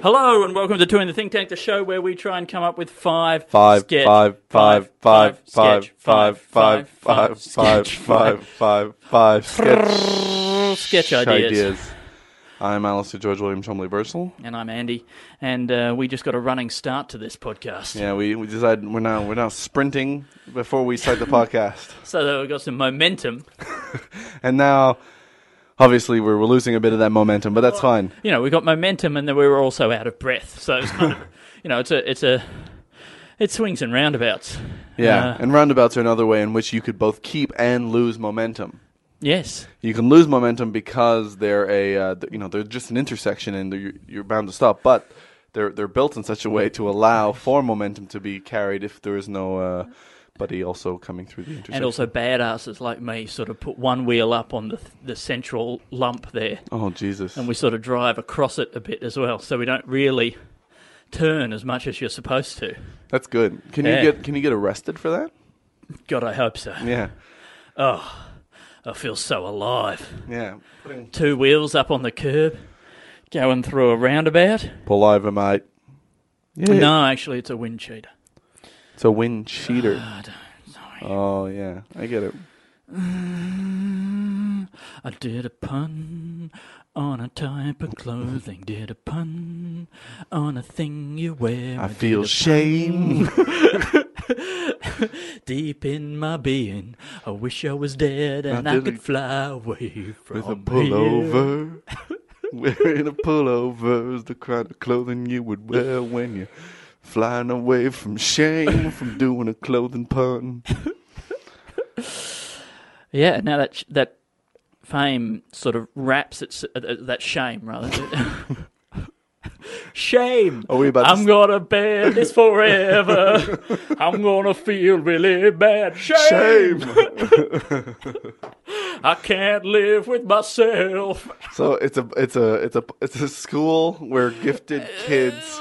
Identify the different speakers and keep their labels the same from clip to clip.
Speaker 1: Hello and welcome to Two in the Think Tank, the show where we try and come up with five,
Speaker 2: Five,
Speaker 1: sketch,
Speaker 2: five, five, five, five,
Speaker 1: sketch,
Speaker 2: five, five, five, five,
Speaker 1: sketch,
Speaker 2: five, five, five, sketch,
Speaker 1: sketch ideas.
Speaker 2: I'm Alistair George William Chumley Versal.
Speaker 1: And I'm Andy, and uh, we just got a running start to this podcast.
Speaker 2: Yeah, we, we decided we're now we're now sprinting before we start the podcast,
Speaker 1: So that we got some momentum.
Speaker 2: and now obviously we're, we're losing a bit of that momentum, but that's fine.
Speaker 1: You know, we got momentum, and then we were also out of breath. So it's kind of, you know, it's a, it's a, it swings and roundabouts.
Speaker 2: Yeah,
Speaker 1: Uh,
Speaker 2: and roundabouts are another way in which you could both keep and lose momentum.
Speaker 1: Yes.
Speaker 2: You can lose momentum because they're a uh, th- you know they're just an intersection and you're, you're bound to stop, but they're they're built in such a way to allow for momentum to be carried if there is no uh, buddy also coming through the intersection.
Speaker 1: And also badasses like me sort of put one wheel up on the the central lump there,
Speaker 2: oh Jesus!
Speaker 1: and we sort of drive across it a bit as well, so we don't really turn as much as you're supposed to.
Speaker 2: That's good. Can
Speaker 1: Yeah.
Speaker 2: you get can you get arrested for that?
Speaker 1: God, I hope so.
Speaker 2: Yeah,
Speaker 1: I feel so alive.
Speaker 2: yeah.
Speaker 1: Two wheels up on the curb, going through a roundabout.
Speaker 2: Pull over, mate. Yeah.
Speaker 1: No, actually, it's a wind cheater.
Speaker 2: It's a wind cheater.
Speaker 1: I don't. Sorry.
Speaker 2: Oh yeah, I get it.
Speaker 1: uh, I did a pun on a type of clothing. Did a pun on a thing you wear.
Speaker 2: I
Speaker 1: did
Speaker 2: feel
Speaker 1: a
Speaker 2: shame.
Speaker 1: Deep in my being, I wish I was dead and I,
Speaker 2: did
Speaker 1: could
Speaker 2: it
Speaker 1: fly away from
Speaker 2: With a
Speaker 1: here.
Speaker 2: pullover. Wearing a pullover is the kind of clothing you would wear when you're flying away from shame from doing a clothing pun.
Speaker 1: Yeah, now that sh- that fame sort of wraps its uh, uh, that shame rather. shame.
Speaker 2: Are we about to
Speaker 1: I'm
Speaker 2: s-
Speaker 1: gonna bear this forever. I'm gonna feel really bad. Shame.
Speaker 2: Shame!
Speaker 1: I can't live with myself.
Speaker 2: so it's a it's a it's a it's a school where gifted kids.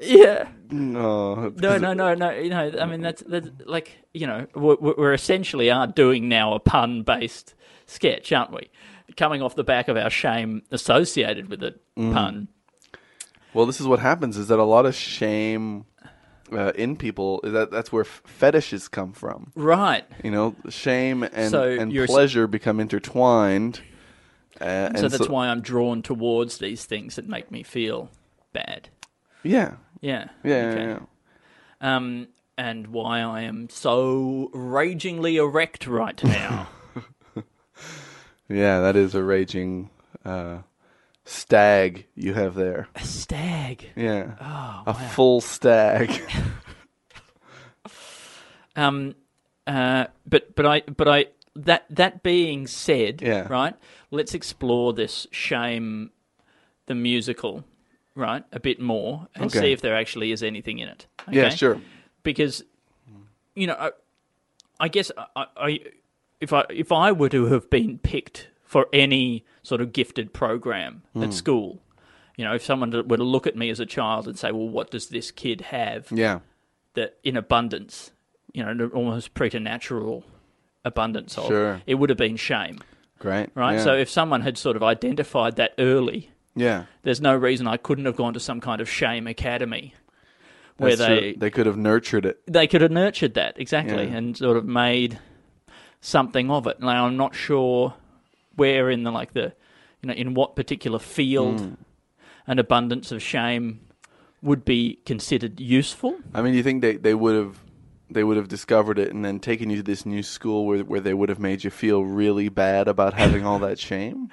Speaker 1: Yeah.
Speaker 2: No,
Speaker 1: No, no, no, no. You know, I mean, that's, that's like you know, we're, we're essentially are doing now a pun-based sketch, aren't we? Coming off the back of our shame associated with the pun.
Speaker 2: Well, this is what happens: is that a lot of shame uh, in people is that that's where f- fetishes come from.
Speaker 1: Right.
Speaker 2: You know, shame and
Speaker 1: So
Speaker 2: and
Speaker 1: you're s-
Speaker 2: pleasure become intertwined. Uh, and
Speaker 1: so that's why I'm drawn towards these things that make me feel bad. Yeah.
Speaker 2: Yeah. Yeah,
Speaker 1: Okay.
Speaker 2: yeah, yeah.
Speaker 1: Um, and why I am so ragingly erect right now.
Speaker 2: Yeah, that is a raging uh, stag you have there.
Speaker 1: a stag.
Speaker 2: Yeah.
Speaker 1: Oh,
Speaker 2: a full stag.
Speaker 1: Um, uh, but but I but I that that being said,
Speaker 2: Yeah.
Speaker 1: right. Let's explore this shame, the musical, right, a bit more and
Speaker 2: Okay.
Speaker 1: see if there actually is anything in it.
Speaker 2: Yeah,
Speaker 1: okay?
Speaker 2: sure.
Speaker 1: Because, you know, I, I guess I, I if I if I were to have been picked for any sort of gifted program
Speaker 2: Hmm.
Speaker 1: at school. You know, if someone were to look at me as a child and say, "Well, what does this kid have?"
Speaker 2: Yeah.
Speaker 1: that in abundance, you know, an almost preternatural abundance of,
Speaker 2: Sure.
Speaker 1: it would have been shame,
Speaker 2: Great.
Speaker 1: right?
Speaker 2: Yeah.
Speaker 1: So if someone had sort of identified that early,
Speaker 2: yeah.
Speaker 1: there's no reason I couldn't have gone to some kind of shame academy where
Speaker 2: That's true.
Speaker 1: they,
Speaker 2: they could have nurtured it.
Speaker 1: they could have nurtured that exactly
Speaker 2: Yeah.
Speaker 1: and sort of made something of it. Now I'm not sure where in the like the you know in what particular field
Speaker 2: Hmm.
Speaker 1: an abundance of shame would be considered useful.
Speaker 2: I mean, you think they, they would have they would have discovered it and then taken you to this new school where where they would have made you feel really bad about having all that shame?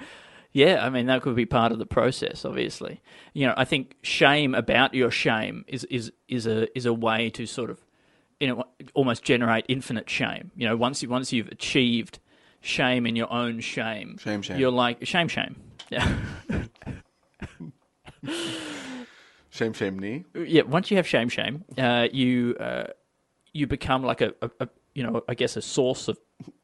Speaker 1: Yeah, I mean that could be part of the process. Obviously, you know, I think shame about your shame is is is a is a way to sort of, you know, almost generate infinite shame. You know, once you once you've achieved shame in your own shame,
Speaker 2: Shame, shame.
Speaker 1: you're like shame, shame. Yeah.
Speaker 2: Shame, shame, knee.
Speaker 1: yeah, once you have shame, shame, uh, you uh, you become like a, a, a you know I guess a source of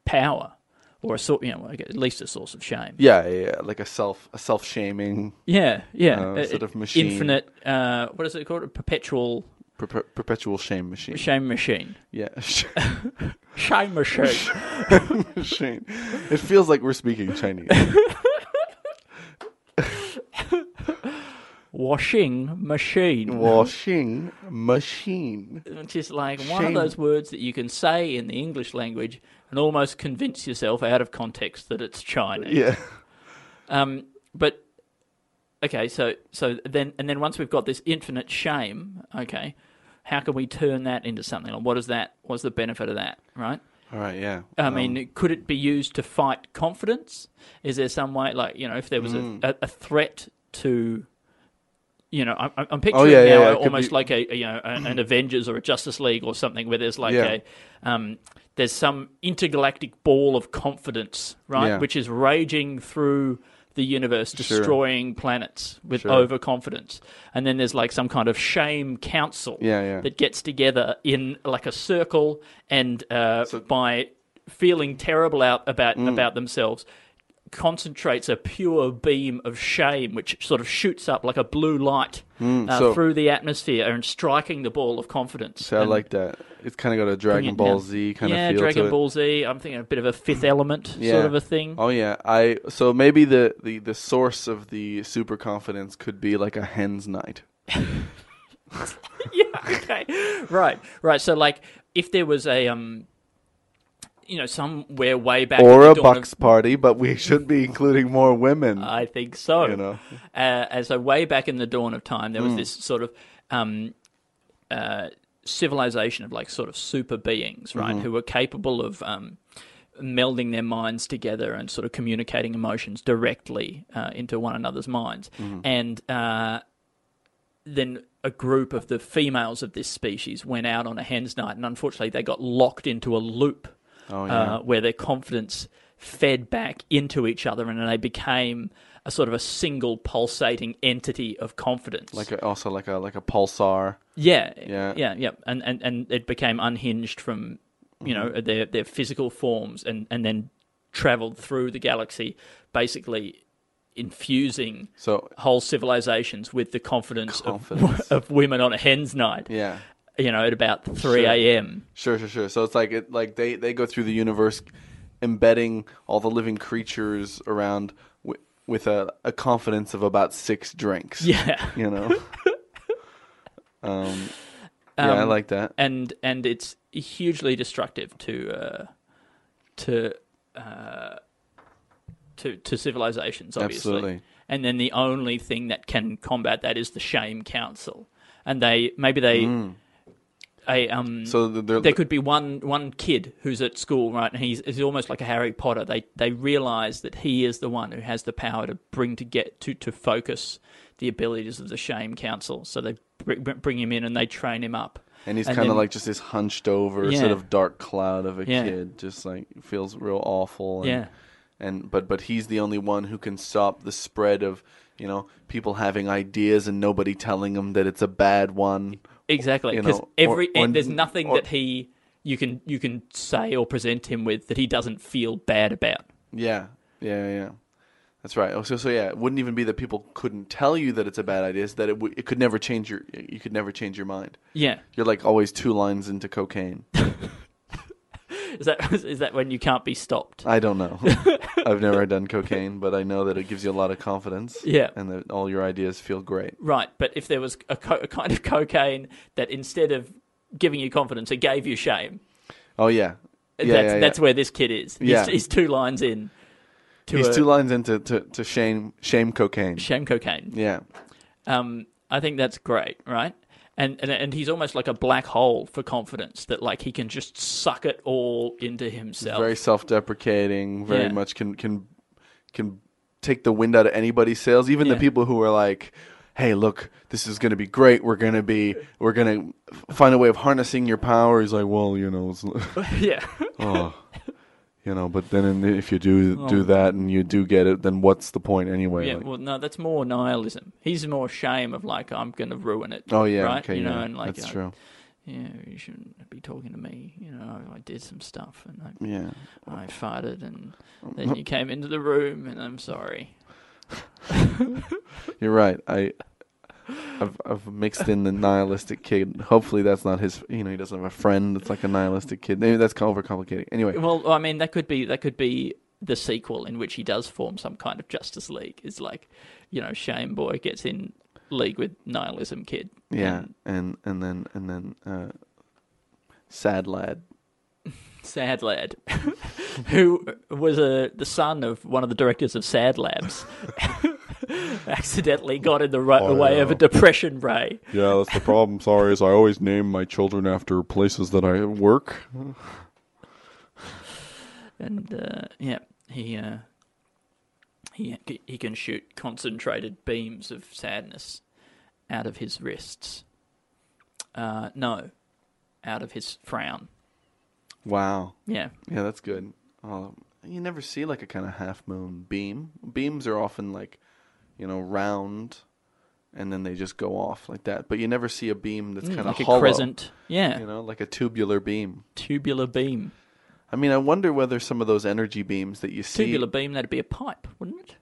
Speaker 1: power or a sort you know I guess at least a source of shame.
Speaker 2: Yeah, yeah, yeah, like a self, a self shaming,
Speaker 1: Yeah, yeah,
Speaker 2: Uh,
Speaker 1: A-
Speaker 2: sort
Speaker 1: a-
Speaker 2: of machine.
Speaker 1: Infinite. Uh, what is it called? A perpetual
Speaker 2: per- perpetual shame machine.
Speaker 1: shame machine.
Speaker 2: Yeah,
Speaker 1: Shame machine.
Speaker 2: machine. It feels like we're speaking Chinese.
Speaker 1: Washing machine.
Speaker 2: Washing machine.
Speaker 1: Which is like one
Speaker 2: Shame.
Speaker 1: of those words that you can say in the English language and almost convince yourself out of context that it's Chinese.
Speaker 2: Yeah.
Speaker 1: Um, but okay, so so then and then once we've got this infinite shame, okay, how can we turn that into something? Like, what is that? What's the benefit of that? Right?
Speaker 2: All right. Yeah.
Speaker 1: I mean, could it be used to fight confidence? Is there some way, like you know, if there was
Speaker 2: Mm.
Speaker 1: a, a, a threat to, you know, I'm, I'm picturing
Speaker 2: Oh, yeah, yeah,
Speaker 1: now
Speaker 2: yeah, it could
Speaker 1: almost
Speaker 2: be-
Speaker 1: like a, a, you know an, an Avengers or a Justice League or something where there's like
Speaker 2: Yeah.
Speaker 1: a, um, there's some intergalactic ball of confidence, right,
Speaker 2: Yeah.
Speaker 1: which is raging through the universe,
Speaker 2: Sure.
Speaker 1: destroying planets with
Speaker 2: Sure.
Speaker 1: overconfidence, and then there's like some kind of shame council
Speaker 2: Yeah, yeah.
Speaker 1: that gets together in like a circle and uh,
Speaker 2: So- Mm.
Speaker 1: by feeling terrible out about about themselves concentrates a pure beam of shame which sort of shoots up like a blue light uh,
Speaker 2: Mm, so-
Speaker 1: through the atmosphere and striking the ball of confidence
Speaker 2: So I
Speaker 1: And-
Speaker 2: like that. It's kind of got a Dragon
Speaker 1: um, it down.
Speaker 2: Ball Z kind
Speaker 1: yeah
Speaker 2: of feel
Speaker 1: dragon
Speaker 2: to it.
Speaker 1: ball z i'm thinking a bit of a fifth element
Speaker 2: Yeah.
Speaker 1: sort of a thing
Speaker 2: Oh yeah, I so maybe the, the, the source of the super confidence could be like a hen's night.
Speaker 1: yeah okay right right so like if there was a um you know somewhere way back in
Speaker 2: or
Speaker 1: the
Speaker 2: a
Speaker 1: dawn of-
Speaker 2: bucks party, but we should be including more women.
Speaker 1: I think so.
Speaker 2: You know.
Speaker 1: uh, and so way back in the dawn of time, there was this sort of um, uh, civilization of like sort of super beings, right,
Speaker 2: Mm-hmm.
Speaker 1: who were capable of um, melding their minds together and sort of communicating emotions directly uh, into one another's minds,
Speaker 2: Mm-hmm.
Speaker 1: and. Uh, then a group of the females of this species went out on a hen's night, and unfortunately, they got locked into a loop
Speaker 2: Oh, yeah.
Speaker 1: uh, where their confidence fed back into each other, and they became a sort of a single pulsating entity of confidence.
Speaker 2: like a, also like a like a pulsar.
Speaker 1: yeah,
Speaker 2: Yeah.
Speaker 1: yeah, yeah, and and and it became unhinged from you
Speaker 2: Mm-hmm.
Speaker 1: know their their physical forms, and and then traveled through the galaxy, basically infusing
Speaker 2: So
Speaker 1: whole civilizations with the confidence,
Speaker 2: Confidence.
Speaker 1: Of, of women on a hen's night.
Speaker 2: yeah.
Speaker 1: You know, at about three
Speaker 2: Sure.
Speaker 1: a.m.
Speaker 2: Sure, sure, sure. So it's like it like they they go through the universe, embedding all the living creatures around with, with a a confidence of about six drinks.
Speaker 1: Yeah,
Speaker 2: you know. um, yeah, I
Speaker 1: Um,
Speaker 2: like that.
Speaker 1: and and it's hugely destructive to uh, to uh, to to civilizations, obviously.
Speaker 2: Absolutely.
Speaker 1: And then the only thing that can combat that is the Shame Council, and they maybe they. A, um,
Speaker 2: Mm. So th- they're-
Speaker 1: there could be one one kid who's at school, right, and he's, he's almost like a Harry Potter. They they realize that he is the one who has the power to bring to get to to focus the abilities of the Shame Council. So they br- br- bring him in and they train him up.
Speaker 2: And he's
Speaker 1: and
Speaker 2: kind of
Speaker 1: then-
Speaker 2: like just this hunched over
Speaker 1: Yeah.
Speaker 2: sort of dark cloud of a
Speaker 1: Yeah.
Speaker 2: kid, just like feels real awful. And,
Speaker 1: Yeah.
Speaker 2: And but but he's the only one who can stop the spread of you know people having ideas and nobody telling them that it's a bad one.
Speaker 1: Exactly,
Speaker 2: you
Speaker 1: because
Speaker 2: know, or-
Speaker 1: every
Speaker 2: or-
Speaker 1: there's nothing
Speaker 2: or-
Speaker 1: that he you can you can say or present him with that he doesn't feel bad about.
Speaker 2: Yeah, yeah, yeah. That's right. Oh, So, so yeah, it wouldn't even be that people couldn't tell you that it's a bad idea. It's that it w- it could never change your you could never change your mind.
Speaker 1: Yeah,
Speaker 2: You're like always two lines into cocaine.
Speaker 1: is that is that when you can't be stopped?
Speaker 2: I don't know. I've never done cocaine, but I know that it gives you a lot of confidence.
Speaker 1: Yeah.
Speaker 2: and that all your ideas feel great.
Speaker 1: Right, but if there was a, co- a kind of cocaine that instead of giving you confidence, it gave you shame.
Speaker 2: Oh yeah, yeah, yeah,
Speaker 1: that's,
Speaker 2: yeah.
Speaker 1: that's where this kid is. He's,
Speaker 2: Yeah.
Speaker 1: he's two lines in. To
Speaker 2: he's
Speaker 1: a-
Speaker 2: two lines into to, to shame shame cocaine.
Speaker 1: shame cocaine.
Speaker 2: Yeah,
Speaker 1: Um, I think that's great, right? And, and and he's almost like a black hole for confidence that like he can just suck it all into himself.
Speaker 2: very self-deprecating. Very
Speaker 1: Yeah.
Speaker 2: much can can can take the wind out of anybody's sails, even the
Speaker 1: Yeah.
Speaker 2: people who are like. Hey, look! This is going to be great. We're going to be, we're going to find a way of harnessing your power. He's like, well, you know, it's,
Speaker 1: yeah.
Speaker 2: oh, You know, but then in- if you do
Speaker 1: Oh.
Speaker 2: do that and you do get it, then what's the point anyway?
Speaker 1: Yeah,
Speaker 2: Like-
Speaker 1: well, no, that's more nihilism. He's more shame of like I'm going to ruin it.
Speaker 2: oh yeah,
Speaker 1: right.
Speaker 2: okay,
Speaker 1: you know,
Speaker 2: yeah,
Speaker 1: and like
Speaker 2: that's
Speaker 1: uh,
Speaker 2: true.
Speaker 1: Yeah, you shouldn't be talking to me. You know, I did some stuff and I,
Speaker 2: Yeah,
Speaker 1: I farted, and
Speaker 2: Oh,
Speaker 1: then you came into the room, and I'm sorry.
Speaker 2: you're right. I. I've, I've mixed in the nihilistic kid. Hopefully, that's not his. You know, he doesn't have a friend. It's like a nihilistic kid. Maybe that's overcomplicating. Anyway,
Speaker 1: Well, I mean, that could be that could be the sequel in which he does form some kind of Justice League. Is like, you know, Shame Boy gets in league with Nihilism Kid.
Speaker 2: yeah,
Speaker 1: and
Speaker 2: and and then and then uh, sad lad.
Speaker 1: Sad Lad, who was a the son of one of the directors of Sad Labs, accidentally got in the right
Speaker 2: Oh,
Speaker 1: way of
Speaker 2: yeah.
Speaker 1: a depression ray.
Speaker 2: Yeah, that's the problem. Sorry, is I always name my children after places that I work.
Speaker 1: and uh, yeah, he uh, he he can shoot concentrated beams of sadness out of his wrists. Uh, no, out of his frown.
Speaker 2: Wow.
Speaker 1: Yeah,
Speaker 2: Yeah, that's good. Oh, you never see like a kind of half moon beam. Beams are often like, you know, round, and then they just go off like that. But you never see a beam that's
Speaker 1: Mm,
Speaker 2: kind of
Speaker 1: like
Speaker 2: hollow,
Speaker 1: a crescent. Yeah,
Speaker 2: You know, like a tubular beam.
Speaker 1: tubular beam.
Speaker 2: I mean, I wonder whether some of those energy beams that you see.
Speaker 1: Tubular beam. That'd be a pipe, wouldn't it?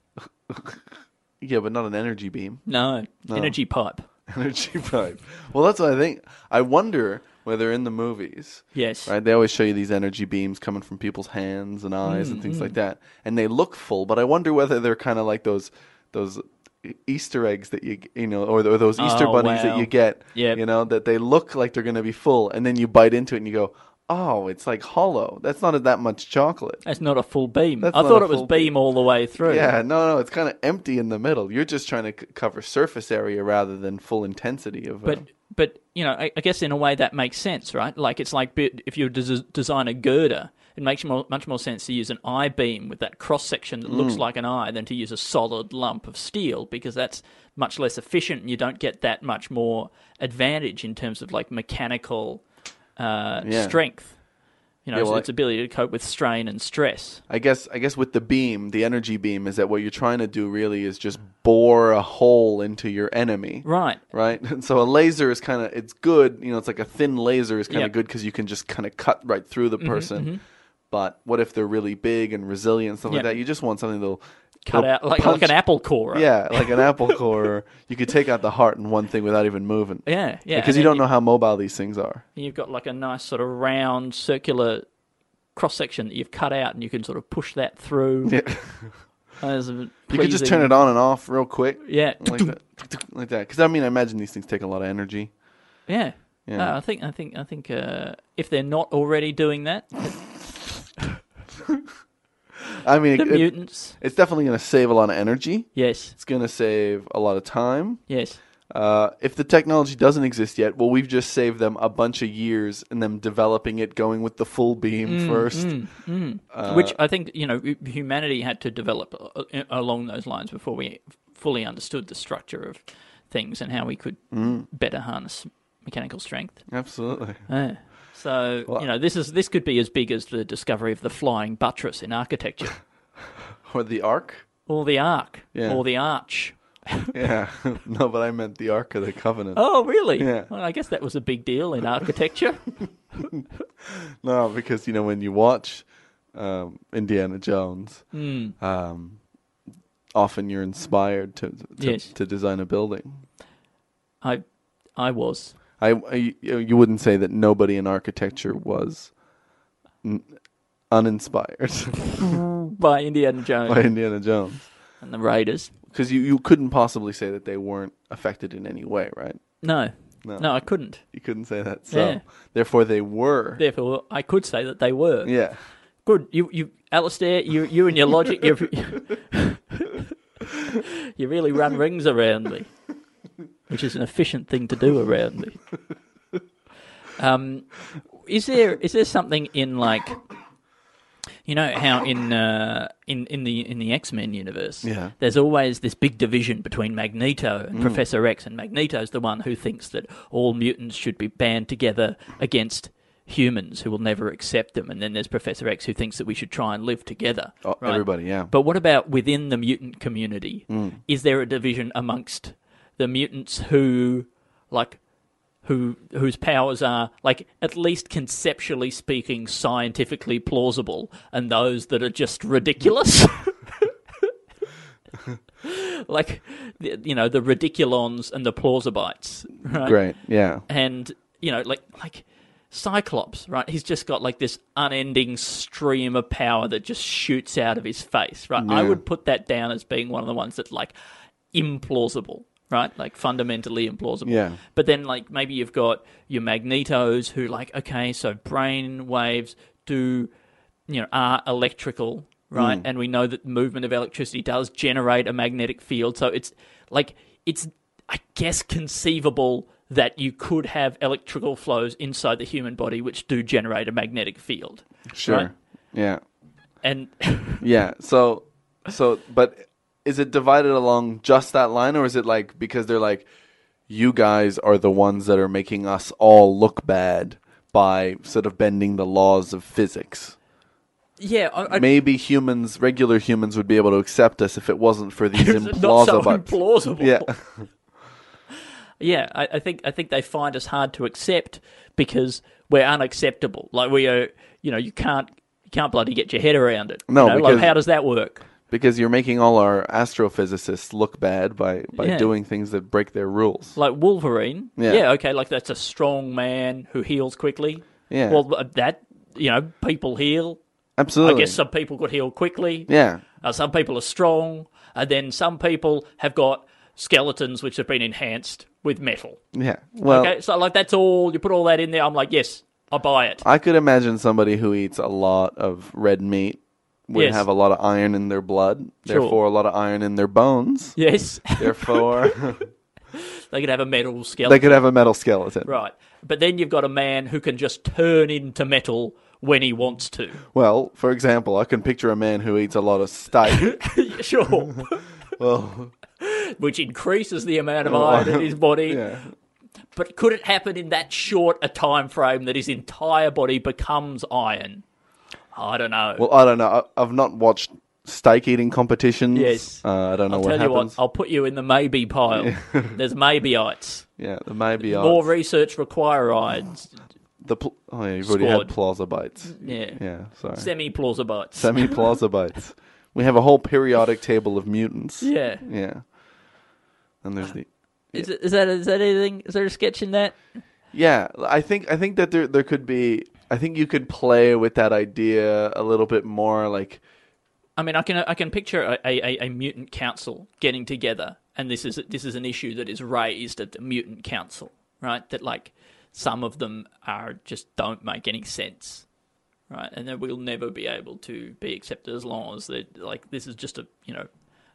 Speaker 2: Yeah, but not an energy beam.
Speaker 1: No, energy pipe.
Speaker 2: energy pipe. Well, that's what I think. I wonder whether in the movies,
Speaker 1: Yes.
Speaker 2: right, they always show you these energy beams coming from people's hands and eyes and
Speaker 1: Mm-hmm.
Speaker 2: things like that, and they look full. But I wonder whether they're kind of like those those e, Easter eggs that you you know, or, or those Easter
Speaker 1: Oh,
Speaker 2: bunnies that
Speaker 1: wow.
Speaker 2: you get.
Speaker 1: Yep.
Speaker 2: you know that they look like they're going to be full, and then you bite into it and you go, "Oh, it's like hollow. That's not that much chocolate."
Speaker 1: That's not a full beam.
Speaker 2: That's
Speaker 1: I
Speaker 2: not
Speaker 1: thought
Speaker 2: a
Speaker 1: it was
Speaker 2: full
Speaker 1: beam, all the way through.
Speaker 2: Yeah, no, no, it's kind of empty in the middle. You're just trying to c- cover surface area rather than full intensity of. uh,
Speaker 1: But but you know, I, I guess in a way that makes sense, right? Like it's like bit- if you des- design a girder, it makes more, much more sense to use an eye beam with that cross section that
Speaker 2: Mm.
Speaker 1: looks like an eye than to use a solid lump of steel because that's much less efficient and you don't get that much more advantage in terms of like mechanical uh,
Speaker 2: Yeah.
Speaker 1: strength. You know,
Speaker 2: Yeah, well,
Speaker 1: its ability to cope with strain and stress.
Speaker 2: I guess I guess with the beam, the energy beam is that what you're trying to do really is just bore a hole into your enemy.
Speaker 1: Right.
Speaker 2: Right? And so a laser is kind of it's good, you know, it's like a thin laser is kind of
Speaker 1: Yep.
Speaker 2: 'cause good cuz you can just kind of cut right through
Speaker 1: Mm-hmm,
Speaker 2: the person. But what if they're really big and resilient stuff like
Speaker 1: Yeah.
Speaker 2: that? You just want something that'll
Speaker 1: Cut
Speaker 2: that'll
Speaker 1: out like,
Speaker 2: punch-
Speaker 1: like an apple core. right?
Speaker 2: Yeah, like an apple core. You could take out the heart in one thing without even moving.
Speaker 1: Yeah. Yeah. And
Speaker 2: Because you
Speaker 1: then
Speaker 2: don't know how mobile these things are.
Speaker 1: and you've got like a nice sort of round circular cross section that you've cut out and you can sort of push that through.
Speaker 2: Yeah.
Speaker 1: you
Speaker 2: You could just turn it on and off real quick.
Speaker 1: Yeah.
Speaker 2: Like that. Like that. Cuz I mean, I imagine these things take a lot of energy.
Speaker 1: Yeah.
Speaker 2: Yeah.
Speaker 1: No, I think I think I think uh, if they're not already doing that,
Speaker 2: I mean,
Speaker 1: the
Speaker 2: it, it-
Speaker 1: mutants.
Speaker 2: it's definitely going to save a lot of energy.
Speaker 1: Yes.
Speaker 2: It's going to save a lot of time.
Speaker 1: Yes.
Speaker 2: Uh, if the technology doesn't exist yet, well, we've just saved them a bunch of years and them developing it, going with the full beam
Speaker 1: Mm,
Speaker 2: first. uh,
Speaker 1: Which I think you know hu- humanity had to develop uh, uh, along those lines before we fully understood the structure of things and how we could
Speaker 2: Mm.
Speaker 1: better harness mechanical strength.
Speaker 2: Absolutely.
Speaker 1: Yeah. Eh. So
Speaker 2: Well-
Speaker 1: you know this is this could be as big as the discovery of the flying buttress in architecture,
Speaker 2: Or the arc?
Speaker 1: or the arc,
Speaker 2: Yeah.
Speaker 1: or the arch.
Speaker 2: Yeah. no, but I meant the arc of the covenant.
Speaker 1: Oh, really?
Speaker 2: Yeah.
Speaker 1: Well, I guess that was a big deal in architecture.
Speaker 2: No, because you know when you watch um, Indiana Jones,
Speaker 1: Mm.
Speaker 2: um, often you're inspired to to,
Speaker 1: Yes.
Speaker 2: to design a building.
Speaker 1: I, I was.
Speaker 2: I, I- you you wouldn't say that nobody in architecture was n- uninspired
Speaker 1: by Indiana Jones
Speaker 2: by Indiana Jones
Speaker 1: and the Raiders.
Speaker 2: because you, you couldn't possibly say that they weren't affected in any way, right?
Speaker 1: No,
Speaker 2: No.
Speaker 1: no, I couldn't.
Speaker 2: You couldn't say that. So
Speaker 1: Yeah.
Speaker 2: therefore, they were.
Speaker 1: Therefore, I could say that they were
Speaker 2: yeah.
Speaker 1: good. You, you, Alistair, you, you and your logic, you, you really run rings around me, which is an efficient thing to do around me. Um, is there is there something in like, you know how in uh, in in the in the X Men universe,
Speaker 2: Yeah. Mm.
Speaker 1: there's always this big division between Magneto and Professor X, and Magneto's the one who thinks that all mutants should be band together against humans who will never accept them, and then there's Professor X who thinks that we should try and live together.
Speaker 2: Oh,
Speaker 1: right?
Speaker 2: everybody, yeah.
Speaker 1: But what about within the mutant community? Is there a division amongst the mutants who, like, who whose powers are like at least conceptually speaking scientifically plausible, and those that are just ridiculous? like, the, you know, the ridiculons and the plausibites, right?
Speaker 2: Great. Yeah.
Speaker 1: and you know like like cyclops right he's just got like this unending stream of power that just shoots out of his face right i
Speaker 2: Yeah.
Speaker 1: would put that down as being one of the ones that's like implausible right like fundamentally implausible
Speaker 2: Yeah.
Speaker 1: but then like maybe you've got your magnetos who like okay so brain waves do you know are electrical
Speaker 2: Hmm.
Speaker 1: right and we know that the movement of electricity does generate a magnetic field so it's like it's i guess conceivable that you could have electrical flows inside the human body which do generate a magnetic field
Speaker 2: Sure.
Speaker 1: right?
Speaker 2: Yeah.
Speaker 1: and
Speaker 2: Yeah. So, so, but is it divided along just that line, or is it like because they're like, you guys are the ones that are making us all look bad by sort of bending the laws of physics?
Speaker 1: yeah I, I,
Speaker 2: Maybe humans, regular humans, would be able to accept us if it wasn't for these
Speaker 1: it's not so
Speaker 2: implausible.
Speaker 1: implausible
Speaker 2: yeah.
Speaker 1: Yeah, I, I think I think they find us hard to accept because we're unacceptable. Like we are, you know, you can't you can't bloody get your head around it.
Speaker 2: No,
Speaker 1: you know? like
Speaker 2: because-
Speaker 1: how does that work?
Speaker 2: Because you're making all our astrophysicists look bad by, by
Speaker 1: Yeah.
Speaker 2: doing things that break their rules.
Speaker 1: Like Wolverine,
Speaker 2: Yeah.
Speaker 1: okay, like that's a strong man who heals quickly.
Speaker 2: Yeah.
Speaker 1: well, uh, that you know, people heal.
Speaker 2: Absolutely.
Speaker 1: I guess some people could heal quickly.
Speaker 2: Yeah.
Speaker 1: Uh, some people are strong, and then some people have got skeletons which have been enhanced with metal.
Speaker 2: Yeah. Well,
Speaker 1: okay, so like that's all you put all that in there. I'm like, yes, I buy it.
Speaker 2: I could imagine somebody who eats a lot of red meat would
Speaker 1: Yes.
Speaker 2: have a lot of iron in their blood,
Speaker 1: Sure.
Speaker 2: therefore a lot of iron in their bones.
Speaker 1: Yes.
Speaker 2: Therefore,
Speaker 1: They could have a metal skeleton.
Speaker 2: they could have a metal skeleton.
Speaker 1: Right. But then you've got a man who can just turn into metal when he wants to.
Speaker 2: Well, for example, I can picture a man who eats a lot of steak.
Speaker 1: sure.
Speaker 2: well,
Speaker 1: Which increases the amount of iron in his body.
Speaker 2: Oh, yeah.
Speaker 1: But could it happen in that short a time frame that his entire body becomes iron? I don't know.
Speaker 2: Well, I don't know. I, I've not watched steak eating competitions.
Speaker 1: Yes.
Speaker 2: Uh, I don't know
Speaker 1: I'll
Speaker 2: what
Speaker 1: tell you what,
Speaker 2: happens.
Speaker 1: I'll put you in the maybe pile. There's maybeites.
Speaker 2: yeah, there may be
Speaker 1: More
Speaker 2: odds.
Speaker 1: research requires
Speaker 2: the pl- oh, yeah, you've already had plausibites.
Speaker 1: Mm, Yeah.
Speaker 2: Yeah, sorry.
Speaker 1: Semi plausibites.
Speaker 2: Semi plausibites. we have a whole periodic table of mutants.
Speaker 1: yeah.
Speaker 2: Yeah. And there's the
Speaker 1: Is, it, is that is that anything? Is there a sketch in that?
Speaker 2: Yeah, I think I think that there there could be I think you could play with that idea a little bit more like
Speaker 1: I mean, I can I can picture a, a, a mutant council getting together, and this is this is an issue that is raised at the mutant council, right? That like some of them are just don't make any sense, right? And that we'll never be able to be accepted as long as they like this is just a you know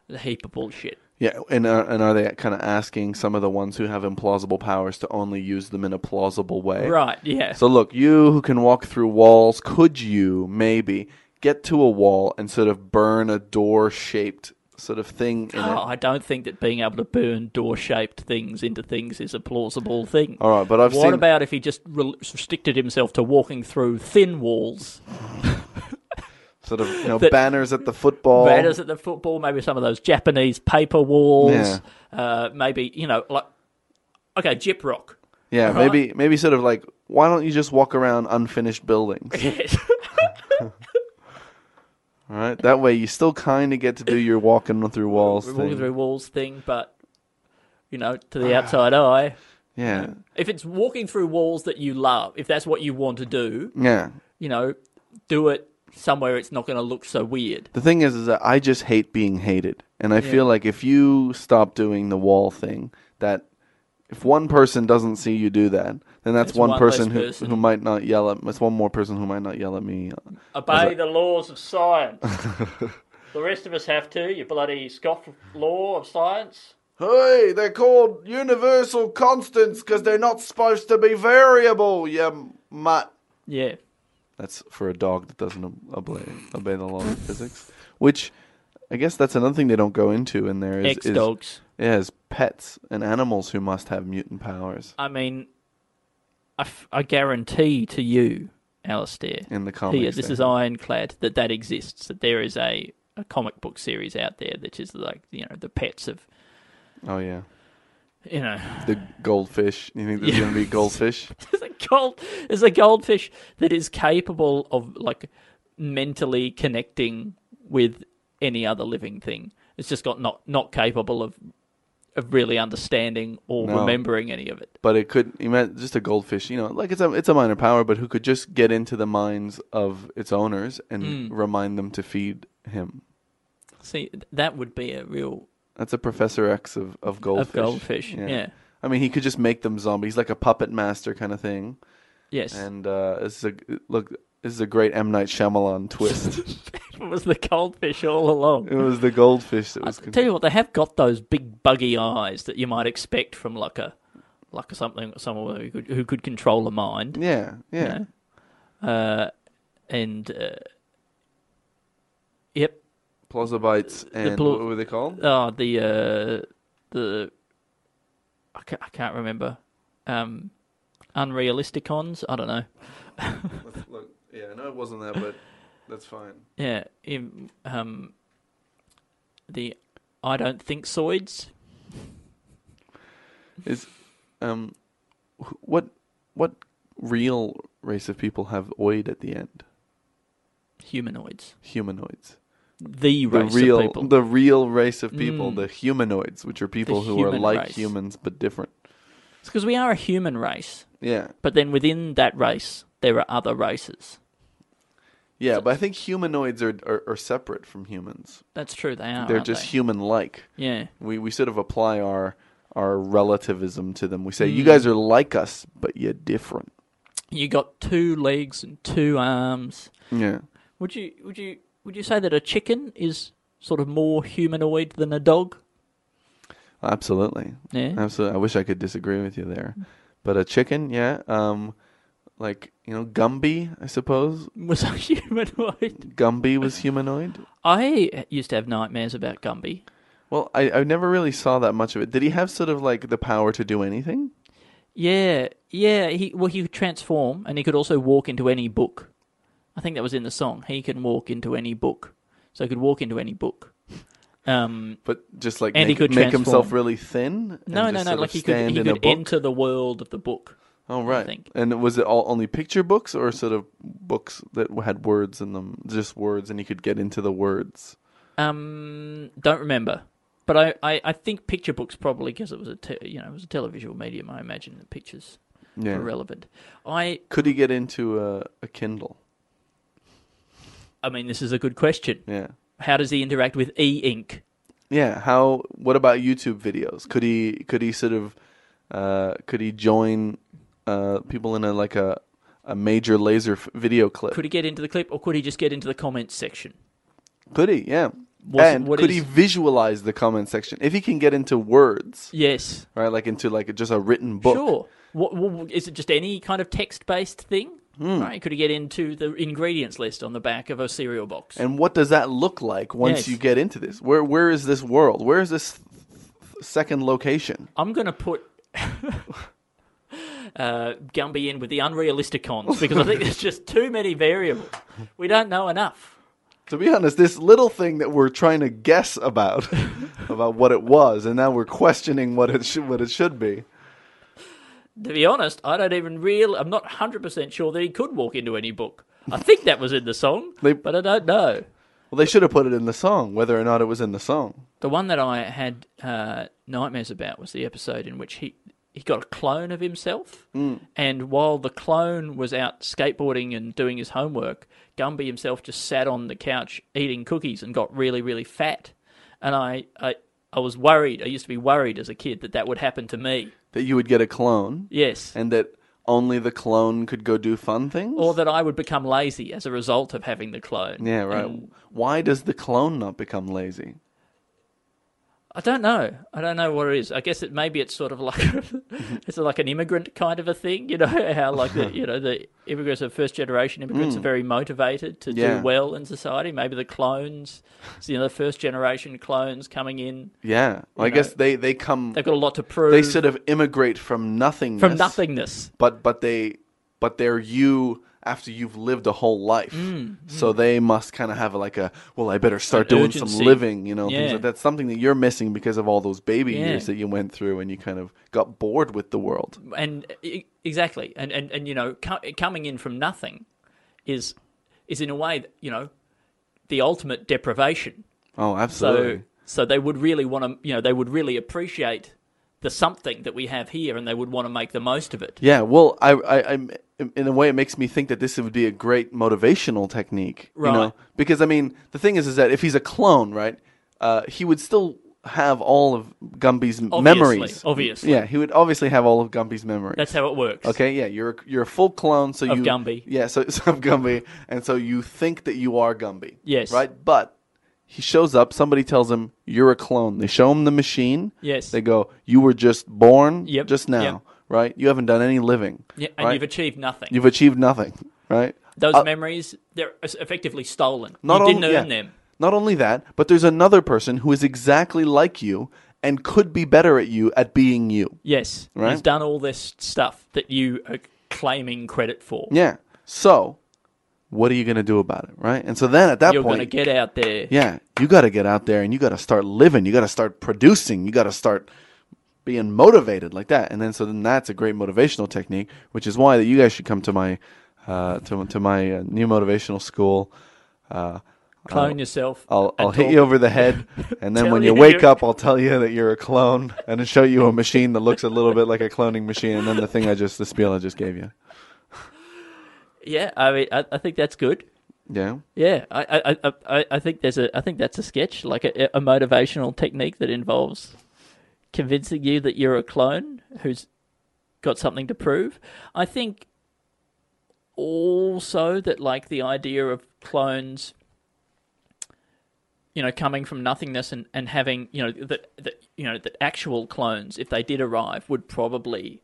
Speaker 1: a heap of bullshit.
Speaker 2: yeah, and are, and are they kind of asking some of the ones who have implausible powers to only use them in a plausible way?
Speaker 1: Right? Yeah.
Speaker 2: So look, you who can walk through walls, could you maybe get to a wall and sort of burn a door-shaped sort of thing in
Speaker 1: Oh,
Speaker 2: it?
Speaker 1: I don't think that being able to burn door-shaped things into things is a plausible thing.
Speaker 2: All right, but I've
Speaker 1: what
Speaker 2: seen
Speaker 1: about if he just re- restricted himself to walking through thin walls?
Speaker 2: sort of you know
Speaker 1: that-
Speaker 2: banners at the football.
Speaker 1: Batters at the football, maybe some of those Japanese paper walls,
Speaker 2: Yeah.
Speaker 1: uh, maybe you know, like okay, gyp rock.
Speaker 2: Yeah,
Speaker 1: Right.
Speaker 2: maybe maybe sort of like why don't you just walk around unfinished buildings?
Speaker 1: Yes.
Speaker 2: All right, that way you still kind of get to do your walking through walls
Speaker 1: We're walking
Speaker 2: thing.
Speaker 1: through walls thing, but you know, to
Speaker 2: Ah.
Speaker 1: the outside eye,
Speaker 2: Yeah,
Speaker 1: if it's walking through walls that you love, if that's what you want to do,
Speaker 2: yeah.
Speaker 1: you know, do it somewhere it's not going to look so weird.
Speaker 2: The thing is, is that I just hate being hated, and I feel like if you stop doing the wall thing, that if one person doesn't see you do that, then that's
Speaker 1: That's
Speaker 2: one,
Speaker 1: one less
Speaker 2: person who
Speaker 1: person.
Speaker 2: who might not yell at. That's one more person who might not yell at me.
Speaker 1: Obey the laws of science. the rest of us have to. You bloody scoff law of science.
Speaker 2: Hey, they're called universal constants because they're not supposed to be variable. You mutt.
Speaker 1: Yeah.
Speaker 2: That's for a dog that doesn't ob- obey obey the laws of physics. Which, I guess, that's another thing they don't go into in there. Is,
Speaker 1: Ex
Speaker 2: is-
Speaker 1: dogs.
Speaker 2: yeah, is pets and animals who must have mutant powers.
Speaker 1: I mean, I, f- I guarantee to you, Alistair,
Speaker 2: in
Speaker 1: here,
Speaker 2: the comics.
Speaker 1: this
Speaker 2: they-
Speaker 1: is ironclad that that exists. That there is a, a comic book series out there that is like you know the pets of
Speaker 2: oh yeah,
Speaker 1: you know
Speaker 2: the goldfish. You think there's
Speaker 1: Yeah.
Speaker 2: gonna be goldfish?
Speaker 1: there's a gold there's a goldfish that is capable of like mentally connecting with any other living thing. It's just got not not capable of of really understanding or
Speaker 2: No.
Speaker 1: remembering any of it.
Speaker 2: But it could imagine just a goldfish, you know, like it's a it's a minor power, but who could just get into the minds of its owners and
Speaker 1: Hmm.
Speaker 2: remind them to feed him.
Speaker 1: See, th- that would be a real
Speaker 2: That's a Professor X of, of goldfish.
Speaker 1: of goldfish. Yeah.
Speaker 2: I mean, he could just make them zombies, like a puppet master kind of thing.
Speaker 1: Yes.
Speaker 2: And uh, this is a look. This is a great M Night Shyamalan twist.
Speaker 1: it was the goldfish all along.
Speaker 2: it was the goldfish that was.
Speaker 1: I tell you what, they have got those big buggy eyes that you might expect from like a like a something someone who could who could control a mind.
Speaker 2: yeah, yeah,
Speaker 1: you know? Uh, and uh, yep,
Speaker 2: Plausibites and
Speaker 1: plo-
Speaker 2: what were they called?
Speaker 1: oh the uh, the I can't, I can't remember. Um, unrealisticons. I don't know.
Speaker 2: Let's look, yeah, I know it wasn't that, but that's fine.
Speaker 1: Yeah, im- um, the I don't think soids.
Speaker 2: Is um, wh- what what real race of people have oid at the end?
Speaker 1: Humanoids.
Speaker 2: Humanoids.
Speaker 1: The
Speaker 2: The
Speaker 1: race
Speaker 2: real,
Speaker 1: of people.
Speaker 2: the real race of people,
Speaker 1: Mm.
Speaker 2: the humanoids, which are people who are
Speaker 1: human
Speaker 2: like
Speaker 1: race.
Speaker 2: humans but different.
Speaker 1: It's because we are a human race,
Speaker 2: Yeah,
Speaker 1: but then within that race, there are other races.
Speaker 2: yeah, but I think humanoids are are, are separate from humans.
Speaker 1: That's true. They are.
Speaker 2: They're
Speaker 1: aren't
Speaker 2: just
Speaker 1: they?
Speaker 2: human-like.
Speaker 1: yeah.
Speaker 2: We we sort of apply our our relativism to them. We say
Speaker 1: Mm.
Speaker 2: you guys are like us, but you're different.
Speaker 1: You got two legs and two arms.
Speaker 2: Yeah.
Speaker 1: Would you would you would you say that a chicken is sort of more humanoid than a dog?
Speaker 2: Absolutely.
Speaker 1: Yeah. Mm.
Speaker 2: Absolutely. I wish I could disagree with you there. But a chicken, yeah. Um like, you know, Gumby, I suppose.
Speaker 1: Was a humanoid.
Speaker 2: Gumby was humanoid.
Speaker 1: I used to have nightmares about Gumby.
Speaker 2: Well, I, I never really saw that much of it. Did he have sort of like the power to do anything?
Speaker 1: Yeah, yeah. He well, he could transform, and he could also walk into any book. I think that was in the song. He can walk into any book, so he could walk into any book. Um,
Speaker 2: But just like
Speaker 1: And he
Speaker 2: make,
Speaker 1: could
Speaker 2: make himself
Speaker 1: transform.
Speaker 2: really thin? and
Speaker 1: no,
Speaker 2: just
Speaker 1: no,
Speaker 2: sort
Speaker 1: no.
Speaker 2: of
Speaker 1: Like he could,
Speaker 2: stand
Speaker 1: he
Speaker 2: in a
Speaker 1: could
Speaker 2: book?
Speaker 1: enter the world of the book.
Speaker 2: Oh right.
Speaker 1: think.
Speaker 2: And was it all only picture books or sort of books that had words in them, just words, and you could get into the words?
Speaker 1: Um, don't remember, but I, I, I think picture books probably because it was a te- you know it was a televisual medium. I imagine the pictures
Speaker 2: Yeah.
Speaker 1: were relevant. I
Speaker 2: Could he get into a, a Kindle?
Speaker 1: I mean, this is a good question.
Speaker 2: Yeah.
Speaker 1: How does he interact with e ink?
Speaker 2: Yeah. How? What about YouTube videos? Could he? Could he sort of? Uh, could he join uh, people in a like a a major laser f- video clip?
Speaker 1: Could he get into the clip, or could he just get into the comments section?
Speaker 2: Could he? Yeah.
Speaker 1: What's-
Speaker 2: and
Speaker 1: what
Speaker 2: could
Speaker 1: is-
Speaker 2: he visualize the comment section if he can get into words,
Speaker 1: Yes,
Speaker 2: right? Like into like just a written book.
Speaker 1: sure. What, what is it? Just any kind of text-based thing?
Speaker 2: Hmm.
Speaker 1: Right? Could he get into the ingredients list on the back of a cereal box?
Speaker 2: And what does that look like once
Speaker 1: Yes.
Speaker 2: you get into this? Where where is this world? Where is this th- th- second location?
Speaker 1: I'm going to put uh, Gumby in with the unrealisticons because I think there's just too many variables. We don't know enough.
Speaker 2: To be honest, this little thing that we're trying to guess about about what it was, and now we're questioning what it should what it should be.
Speaker 1: To be honest, I don't even real. I'm not 100% sure that he could walk into any book. I think that was in the song,
Speaker 2: They-
Speaker 1: but I don't know.
Speaker 2: Well, they should have put it in the song, whether or not it was in the song.
Speaker 1: The one that I had uh, nightmares about was the episode in which he he got a clone of himself, and while the clone was out skateboarding and doing his homework, Gumby himself just sat on the couch eating cookies and got really really fat, and I I. I was worried. I used to be worried as a kid that that would happen to me.
Speaker 2: That you would get a clone,
Speaker 1: Yes.
Speaker 2: and that only the clone could go do fun things.
Speaker 1: or that I would become lazy as a result of having the clone.
Speaker 2: yeah, right. Why does the clone not become lazy?
Speaker 1: I don't know. I don't know what it is. I guess it maybe it's sort of like
Speaker 2: Mm-hmm.
Speaker 1: it's like an immigrant kind of a thing, you know, how like the you know the immigrants are first generation immigrants are very motivated to
Speaker 2: Mm. Yeah.
Speaker 1: do well in society. Maybe the clones, you know, the first generation clones coming in,
Speaker 2: Yeah, well, I
Speaker 1: know,
Speaker 2: guess they they come.
Speaker 1: they've got a lot to prove
Speaker 2: They sort of immigrate from nothingness.
Speaker 1: from nothingness.
Speaker 2: but but they but they're you after you've lived a whole life so they must kind of have like a well i better start
Speaker 1: Mm, An
Speaker 2: doing
Speaker 1: urgency.
Speaker 2: some living you know things
Speaker 1: Yeah.
Speaker 2: like that's something that you're missing because of all those baby
Speaker 1: Yeah.
Speaker 2: years that you went through and you kind of got bored with the world
Speaker 1: and e- exactly and and, and you know co- coming in from nothing is is in a way you know the ultimate deprivation
Speaker 2: oh
Speaker 1: so
Speaker 2: absolutely
Speaker 1: so they would really want to you know they would really appreciate the something that we have here and they would want to make the most of it
Speaker 2: yeah well I, I i'm in a way it makes me think that this would be a great motivational technique you
Speaker 1: Right.
Speaker 2: know because i mean the thing is is that if he's a clone right uh, he would still have all of gumby's m-
Speaker 1: Obviously,
Speaker 2: memories
Speaker 1: obviously.
Speaker 2: yeah he would obviously have all of gumby's memories
Speaker 1: that's how it works
Speaker 2: Okay, yeah, you're a- you're a full clone, so
Speaker 1: Of
Speaker 2: you
Speaker 1: Gumby.
Speaker 2: Yeah, so, so of Gumby, and so you think that you are Gumby.
Speaker 1: Yes.
Speaker 2: Right, but he shows up. Somebody tells him you're a clone. They show him the machine.
Speaker 1: Yes.
Speaker 2: They go, you were just born.
Speaker 1: Yep,
Speaker 2: Just now,
Speaker 1: yep.
Speaker 2: right? You haven't done any living.
Speaker 1: yeah, and
Speaker 2: right?
Speaker 1: you've achieved nothing
Speaker 2: You've achieved nothing, right?
Speaker 1: those
Speaker 2: Uh,
Speaker 1: memories they're es- effectively stolen
Speaker 2: not
Speaker 1: you
Speaker 2: only-
Speaker 1: didn't earn
Speaker 2: yeah.
Speaker 1: them
Speaker 2: Not only that, but there's another person who is exactly like you and could be better at you at being you.
Speaker 1: yes
Speaker 2: Right.
Speaker 1: he's done all this stuff that you are claiming credit for
Speaker 2: Yeah. So, what are you going to do about it, right? And so then at that
Speaker 1: you're
Speaker 2: point,
Speaker 1: going to get out there
Speaker 2: Yeah, you got to get out there and you got to start living. You got to start producing. You got to start being motivated like that. And then so then that's a great motivational technique, which is why that you guys should come to my uh, to to my uh, new motivational school. Uh,
Speaker 1: clone yourself
Speaker 2: I'll
Speaker 1: and
Speaker 2: I'll hit
Speaker 1: talk
Speaker 2: you over the head, and then
Speaker 1: Tell
Speaker 2: when you
Speaker 1: you
Speaker 2: wake
Speaker 1: you're-
Speaker 2: up, I'll tell you that you're a clone, and I'll show you a machine that looks a little bit like a cloning machine, and then the thing I just the spiel I just gave you.
Speaker 1: Yeah, I mean, I, I think that's good.
Speaker 2: Yeah.
Speaker 1: Yeah, I, I, I- I, I think there's a, I think that's a sketch, like a, a motivational technique that involves convincing you that you're a clone who's got something to prove. I think also that like the idea of clones, you know, coming from nothingness and, and having, you know, that that you know that actual clones, if they did arrive, would probably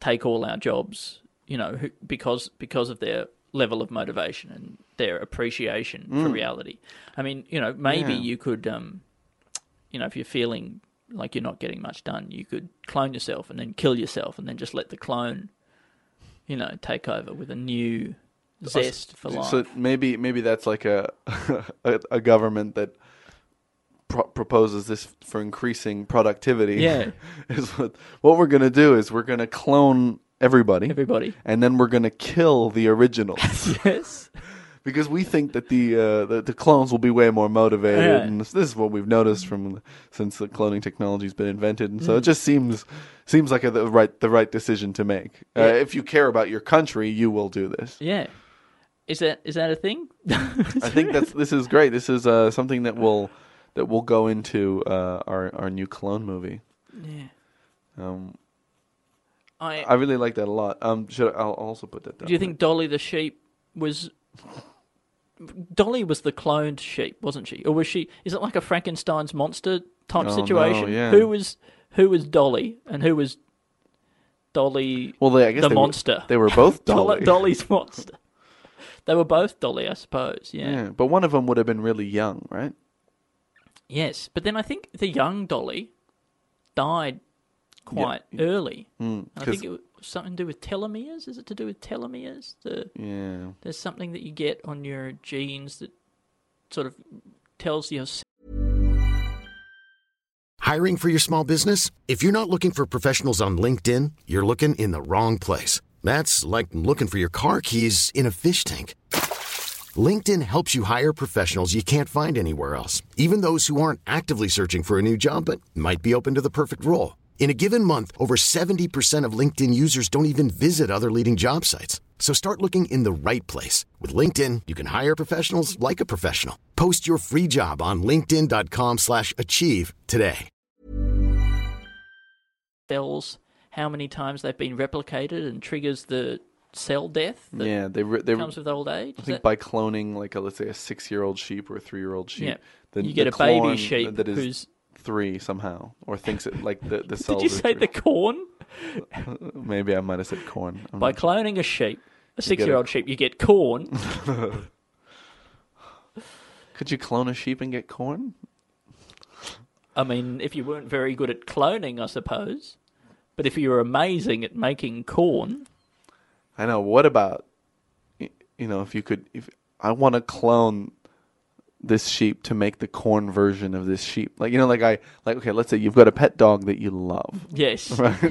Speaker 1: take all our jobs, you know, who- because because of their level of motivation and their appreciation for reality. I mean, you know, maybe
Speaker 2: Yeah.
Speaker 1: you could, um, you know, if you're feeling like you're not getting much done, you could clone yourself and then kill yourself and then just let the clone, you know, take over with a new zest for life.
Speaker 2: So maybe maybe that's like a a, a government that pro- proposes this for increasing productivity.
Speaker 1: Yeah.
Speaker 2: is what what we're gonna do is we're gonna clone everybody,
Speaker 1: Everybody,
Speaker 2: and then we're gonna kill the originals
Speaker 1: yes,
Speaker 2: because we think that the, uh, the the clones will be way more motivated,
Speaker 1: Yeah.
Speaker 2: and this, this is what we've noticed from since the cloning technology's been invented, and so
Speaker 1: Mm.
Speaker 2: it just seems seems like a, the right the right decision to make. Uh,
Speaker 1: Yeah.
Speaker 2: if you care about your country, you will do this.
Speaker 1: yeah. Is that is that a thing?
Speaker 2: I think that's this is great. This is uh, something that will that will go into uh, our our new clone movie.
Speaker 1: yeah.
Speaker 2: Um,
Speaker 1: I,
Speaker 2: I really like that a lot. Um, should I, I'll also put that down.
Speaker 1: Do you think Dolly the sheep was Dolly was the cloned sheep, wasn't she? Or was she? Is it like a Frankenstein's monster type
Speaker 2: Oh, no,
Speaker 1: situation?
Speaker 2: yeah.
Speaker 1: Who was who was Dolly and who was Dolly?
Speaker 2: Well, they, I guess
Speaker 1: the
Speaker 2: they
Speaker 1: monster.
Speaker 2: Were, they were both
Speaker 1: Dol-
Speaker 2: Dolly.
Speaker 1: Dolly's monster. they were both Dolly, I suppose. Yeah.
Speaker 2: Yeah, but one of them would have been really young, right?
Speaker 1: Yes, but then I think the young Dolly died quite early. And I
Speaker 2: Mm. 'cause-
Speaker 1: think it was something to do with telomeres. Is it to do with telomeres? The
Speaker 2: Yeah.
Speaker 1: there's something that you get on your genes that sort of tells your
Speaker 3: Hiring for your small business? If you're not looking for professionals on LinkedIn, you're looking in the wrong place. That's like looking for your car keys in a fish tank. LinkedIn helps you hire professionals you can't find anywhere else, even those who aren't actively searching for a new job but might be open to the perfect role. In a given month, over 70% of LinkedIn users don't even visit other leading job sites. So start looking in the right place. With LinkedIn, you can hire professionals like a professional. Post your free job on linkedin.com/achieve slash achieve today.
Speaker 1: cells, how many times they've been replicated, and triggers the cell death that
Speaker 2: yeah, they re- they
Speaker 1: comes with old age.
Speaker 2: I
Speaker 1: Is
Speaker 2: think
Speaker 1: that-
Speaker 2: by cloning like a, let's say a 6-year-old sheep or a 3-year-old sheep,
Speaker 1: Yeah.
Speaker 2: the,
Speaker 1: you get
Speaker 2: the
Speaker 1: a baby
Speaker 2: clone
Speaker 1: sheep
Speaker 2: that is
Speaker 1: who's
Speaker 2: three somehow, or thinks it like the the cells.
Speaker 1: Did you
Speaker 2: are
Speaker 1: say
Speaker 2: three.
Speaker 1: the corn?
Speaker 2: Maybe I might have said corn. I'm
Speaker 1: By
Speaker 2: not sure.
Speaker 1: cloning a sheep, a six-year-old sheep, you get corn.
Speaker 2: Could you clone a sheep and get corn?
Speaker 1: I mean, if you weren't very good at cloning, I suppose. But if you were amazing at making corn,
Speaker 2: I know. What about y- you know if you could if I want to clone this sheep to make the corn version of this sheep. Like you know like I like okay, let's say you've got a pet dog that you love.
Speaker 1: yes,
Speaker 2: Right?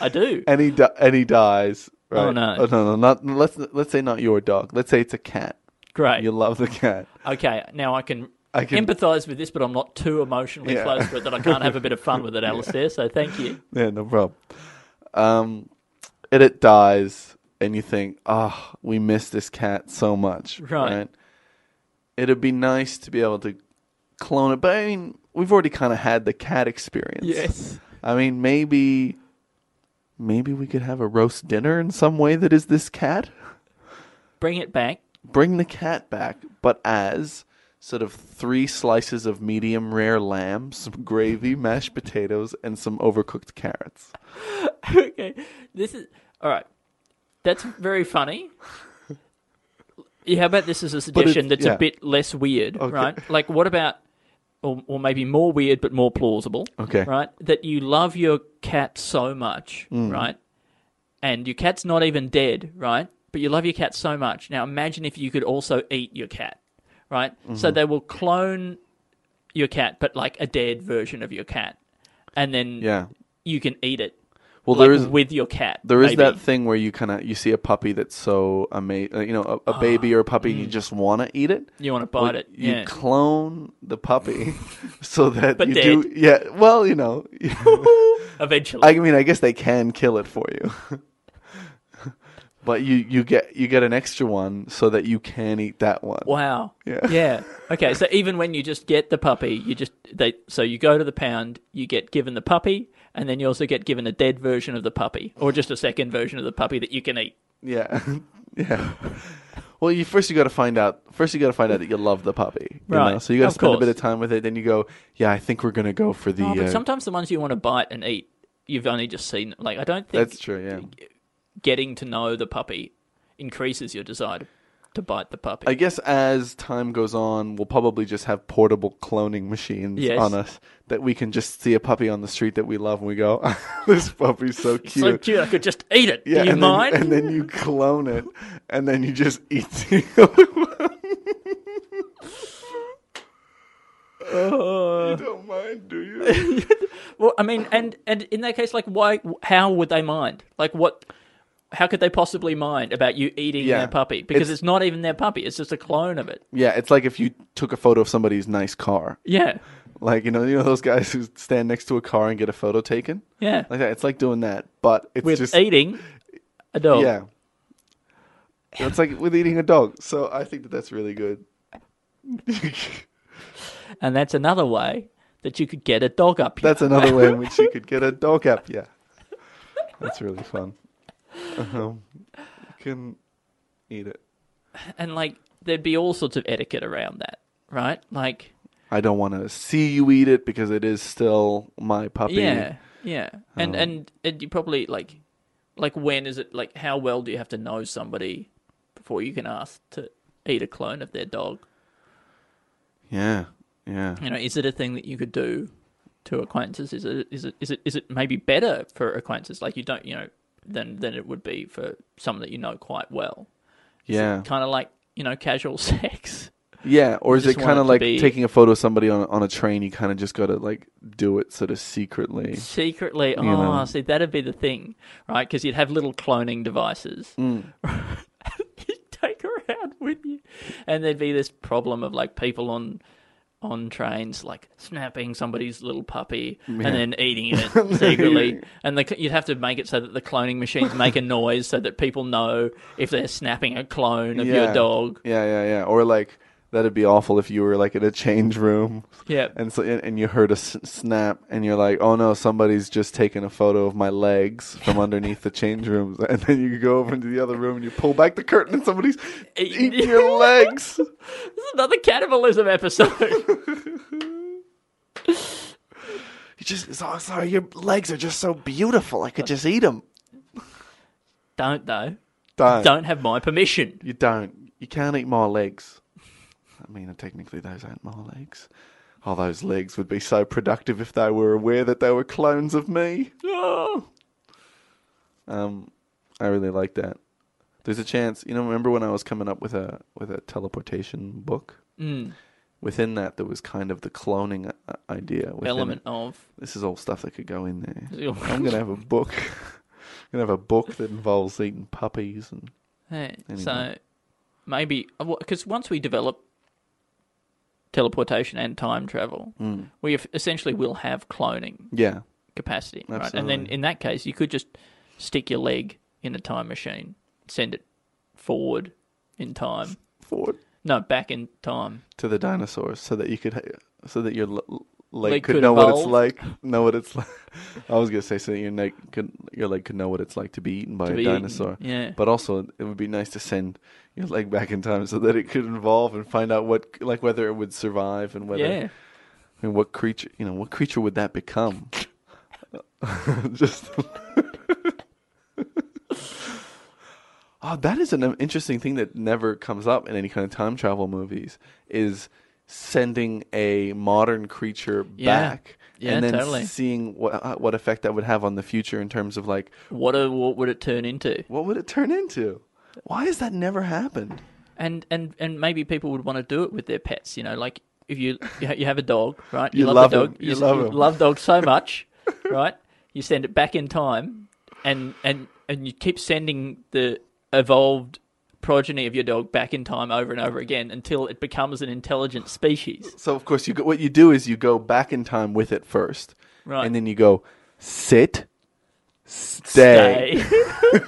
Speaker 1: I do.
Speaker 2: and he di- and he dies, right?
Speaker 1: Oh, no.
Speaker 2: no, no, not let's let's say not your dog. Let's say it's a cat.
Speaker 1: Great.
Speaker 2: You love the cat.
Speaker 1: Okay, now I can,
Speaker 2: I can-
Speaker 1: empathize with this, but I'm not too emotionally
Speaker 2: Yeah.
Speaker 1: close to it that I can't have a bit of fun with it, Alistair. So thank you.
Speaker 2: Yeah, no problem. Um, and it dies, and you think, oh, we miss this cat so much.
Speaker 1: Right.
Speaker 2: It'd be nice to be able to clone it, but I mean, we've already kind of had the cat experience. I mean, maybe, maybe we could have a roast dinner in some way that is this cat.
Speaker 1: Bring it back.
Speaker 2: Bring the cat back, but as sort of three slices of medium rare lamb, some gravy, mashed potatoes, and some overcooked carrots.
Speaker 1: okay. This is all right. That's very funny. Yeah, how about this as a suggestion
Speaker 2: it-
Speaker 1: that's
Speaker 2: yeah.
Speaker 1: a bit less weird, right? Like, what about, or, or maybe more weird but more plausible,
Speaker 2: Okay.
Speaker 1: right? That you love your cat so much,
Speaker 2: Hmm.
Speaker 1: right? And your cat's not even dead, right? But you love your cat so much. Now, imagine if you could also eat your cat, right?
Speaker 2: Mm-hmm.
Speaker 1: So they will clone your cat, but like a dead version of your cat, and then
Speaker 2: Yeah.
Speaker 1: you can eat it.
Speaker 2: Well,
Speaker 1: Like,
Speaker 2: there is
Speaker 1: with your cat.
Speaker 2: There is
Speaker 1: maybe.
Speaker 2: that thing where you kind of you see a puppy that's so amazing, you know, a, a baby or a puppy, and you just want to eat it.
Speaker 1: You want to
Speaker 2: Well,
Speaker 1: bite it,
Speaker 2: You
Speaker 1: Mm. yeah.
Speaker 2: clone the puppy so that
Speaker 1: But
Speaker 2: you do. Yeah, well, you know,
Speaker 1: eventually.
Speaker 2: I mean, I guess they can kill it for you, but you you get you get an extra one so that you can eat that one.
Speaker 1: wow.
Speaker 2: Yeah.
Speaker 1: Okay. So even when you just get the puppy, you just they so you go to the pound, you get given the puppy, and then you also get given a dead version of the puppy, or just a second version of the puppy that you can eat.
Speaker 2: Yeah, yeah. Well, you first you got to find out. First, you got to find out that you love the puppy, you
Speaker 1: Right,
Speaker 2: Know? So you got to
Speaker 1: of
Speaker 2: spend a bit
Speaker 1: course.
Speaker 2: of time with it. Then you go, yeah, I think we're gonna go for the.
Speaker 1: Oh, but
Speaker 2: uh,
Speaker 1: sometimes the ones you want to bite and eat, you've only just seen. Like I don't think
Speaker 2: that's true. Yeah.
Speaker 1: getting to know the puppy increases your desire to, to bite the puppy.
Speaker 2: I guess as time goes on, we'll probably just have portable cloning machines
Speaker 1: Yes.
Speaker 2: on us that we can just see a puppy on the street that we love and we go, this puppy's so cute.
Speaker 1: so cute, I could just eat it. Do you
Speaker 2: and
Speaker 1: mind?
Speaker 2: Then, and then you clone it and then you just eat the other one. you don't mind, do you?
Speaker 1: Well, I mean, and and in that case, like, why? How would they mind? Like, what? How could they possibly mind about you eating
Speaker 2: Yeah.
Speaker 1: their puppy? Because
Speaker 2: It's-
Speaker 1: it's, not even their puppy; it's just a clone of it.
Speaker 2: yeah, it's like if you took a photo of somebody's nice car.
Speaker 1: Yeah,
Speaker 2: Like, you know, you know those guys who stand next to a car and get a photo taken?
Speaker 1: yeah.
Speaker 2: Like that. It's like doing that, but it's
Speaker 1: With
Speaker 2: just
Speaker 1: eating a dog.
Speaker 2: Yeah. It's like with eating a dog. So I think that that's really good.
Speaker 1: and that's another way that you could get a dog up. Your
Speaker 2: That's another way in which you could get a dog app. Yeah. That's really fun. Um, you can eat it.
Speaker 1: and like, there'd be all sorts of etiquette around that, right? Like,
Speaker 2: I don't want to see you eat it because it is still my puppy. Um.
Speaker 1: yeah, yeah. And and and you probably like, like, when is it? Like, how well do you have to know somebody before you can ask to eat a clone of their dog?
Speaker 2: Yeah. Yeah.
Speaker 1: you know, is it a thing that you could do to acquaintances? Is it is it is it is it maybe better for acquaintances? Like you don't you know than than it would be for someone that you know quite well.
Speaker 2: Yeah.
Speaker 1: Kind of like you know casual sex.
Speaker 2: Yeah. Or is it
Speaker 1: just want
Speaker 2: kind
Speaker 1: it
Speaker 2: of
Speaker 1: to
Speaker 2: like
Speaker 1: be-
Speaker 2: taking a photo of somebody on, on a train? You kind of just got to like do it sort of secretly.
Speaker 1: Secretly, oh,
Speaker 2: know.
Speaker 1: see, that'd be the thing, right? Because you'd have little cloning devices.
Speaker 2: Mm.
Speaker 1: you'd take around with you, and there'd be this problem of like people on on trains like snapping somebody's little puppy and then eating it secretly, and the, you'd have to make it so that the cloning machines make a noise so that people know if they're snapping a clone of your dog.
Speaker 2: Yeah, yeah, yeah. Or like that'd be awful if you were like in a change room.
Speaker 1: Yeah.
Speaker 2: And so and, and you heard a s- snap and you're like, "Oh no, somebody's just taking a photo of my legs from underneath the change rooms." And then you go over into the other room and you pull back the curtain and somebody's
Speaker 1: Eating-
Speaker 2: eating your legs.
Speaker 1: This is another cannibalism episode.
Speaker 2: You just so- sorry, your legs are just so beautiful. I could just eat them.
Speaker 1: Don't though.
Speaker 2: Don't.
Speaker 1: Don't have my permission.
Speaker 2: You don't. You can't eat my legs. I mean, technically, those aren't my legs. Oh, those legs would be so productive if they were aware that they were clones of me.
Speaker 1: Oh.
Speaker 2: Um, I really like that. There's a chance, you know. Remember when I was coming up with a with a teleportation book?
Speaker 1: Mm.
Speaker 2: Within that, there was kind of the cloning uh, idea. within
Speaker 1: Element
Speaker 2: it.
Speaker 1: of
Speaker 2: This is all stuff that could go in there. I'm gonna have a book. I'm gonna have a book that involves eating puppies and
Speaker 1: Hey, so
Speaker 2: Anyway.
Speaker 1: maybe because once we develop teleportation and time travel,
Speaker 2: Hmm.
Speaker 1: we have, essentially will have cloning
Speaker 2: yeah,
Speaker 1: capacity, right? And then
Speaker 2: Absolutely.
Speaker 1: in that case, you could just stick your leg in a time machine, send it forward in time,
Speaker 2: forward
Speaker 1: no, back in time.
Speaker 2: to the dinosaurs so that you could ha- so that your l- l- leg,
Speaker 1: Leg
Speaker 2: could,
Speaker 1: could
Speaker 2: know what it's
Speaker 1: evolve.
Speaker 2: like know what it's like i was gonna say so that your leg could your leg could know what it's like to be eaten by
Speaker 1: To
Speaker 2: a
Speaker 1: be eaten,
Speaker 2: dinosaur
Speaker 1: yeah.
Speaker 2: but also it would be nice to send your leg back in time so that it could evolve and find out what like whether it would survive and whether
Speaker 1: Yeah,
Speaker 2: I mean, what creature you know what creature would that become just Oh, that is an um, interesting thing that never comes up in any kind of time travel movies is sending a modern creature
Speaker 1: Yeah.
Speaker 2: back
Speaker 1: Yeah,
Speaker 2: and then
Speaker 1: totally.
Speaker 2: seeing what uh, what effect that would have on the future in terms of like
Speaker 1: what a, what would it turn into?
Speaker 2: what would it turn into? Why has that never happened?
Speaker 1: And and and maybe people would want to do it with their pets, you know, like if you you ha- you have a dog, right?
Speaker 2: You love
Speaker 1: the dog,
Speaker 2: him. You love
Speaker 1: you
Speaker 2: him.
Speaker 1: love dogs so much, right? You send it back in time, and and and you keep sending the evolved progeny of your dog back in time over and over again until it becomes an intelligent species.
Speaker 2: So of course you go, what you do is you go back in time with it first,
Speaker 1: Right.
Speaker 2: And then you go sit, stay,
Speaker 1: Stay.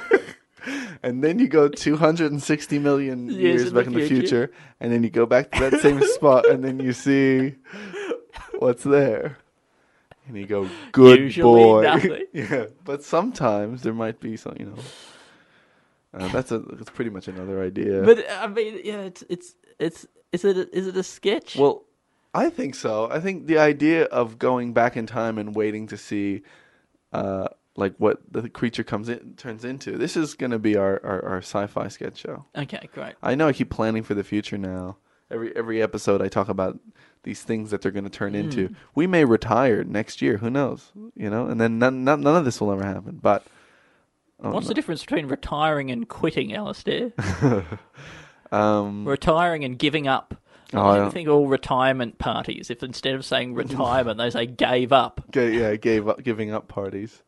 Speaker 2: and then you go 260 million years,
Speaker 1: in the
Speaker 2: back in the
Speaker 1: future.
Speaker 2: future, and then you go back to that same spot, and then you see what's there, and you go good
Speaker 1: Usually
Speaker 2: boy.
Speaker 1: nothing.
Speaker 2: yeah, but sometimes there might be some, you know. Uh, that's a that's pretty much another idea.
Speaker 1: but I mean, yeah, it's it's it's is it is it a sketch?
Speaker 2: Well, I think so. I think the idea of going back in time and waiting to see, uh, like what the creature comes in turns into. This is going to be our, our our sci-fi sketch show.
Speaker 1: okay, great.
Speaker 2: I know I keep planning for the future now. Every every episode I talk about these things that they're going to turn into. We may retire next year. Who knows? You know, and then none none, none of this will ever happen. But oh,
Speaker 1: What's
Speaker 2: no.
Speaker 1: the difference between retiring and quitting, Alistair?
Speaker 2: um,
Speaker 1: retiring and giving up.
Speaker 2: Oh,
Speaker 1: I
Speaker 2: yeah.
Speaker 1: think all retirement parties, if instead of saying retirement, they say gave up,
Speaker 2: ga- yeah, gave up giving up parties,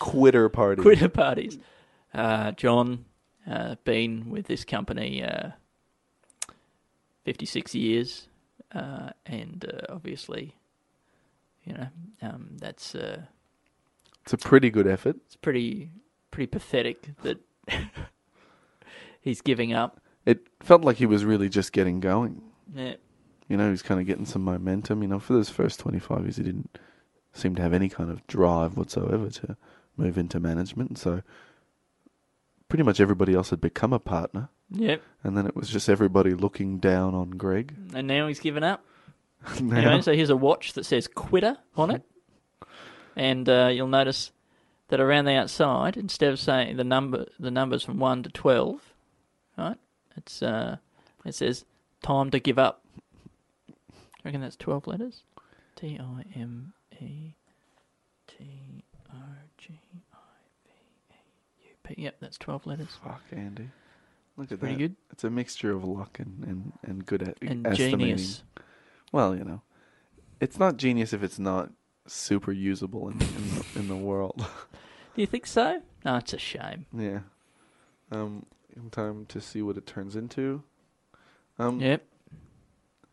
Speaker 2: quitter parties.
Speaker 1: quitter parties. Uh, John, uh, been with this company uh, 56 years, uh, and uh, obviously, you know, um, that's uh,
Speaker 2: It's a pretty good effort.
Speaker 1: it's pretty pretty pathetic that he's giving up.
Speaker 2: it felt like he was really just getting going.
Speaker 1: Yeah.
Speaker 2: You know, he was kind of getting some momentum. You know, for those first 25 years, he didn't seem to have any kind of drive whatsoever to move into management. And so pretty much everybody else had become a partner.
Speaker 1: Yep,
Speaker 2: And then it was just everybody looking down on Greg.
Speaker 1: and now he's given up.
Speaker 2: Now-
Speaker 1: Anyway, so here's a watch that says quitter on it. And uh, you'll notice that around the outside, instead of saying the number, the numbers from 1 to 12, right? It's uh, It says time to give up. Do you reckon that's 12 letters? T I M E T O G I V E U P. Yep, that's 12 letters.
Speaker 2: Fuck, Andy. Look at
Speaker 1: Pretty
Speaker 2: that.
Speaker 1: good.
Speaker 2: It's a mixture of luck and, and, and good at
Speaker 1: And
Speaker 2: estimating.
Speaker 1: genius.
Speaker 2: Well, you know, it's not genius if it's not super usable in, in, the, in the world.
Speaker 1: Do you think so? No, it's a shame.
Speaker 2: Yeah. Um, in time to see what it turns into. Um,
Speaker 1: Yep.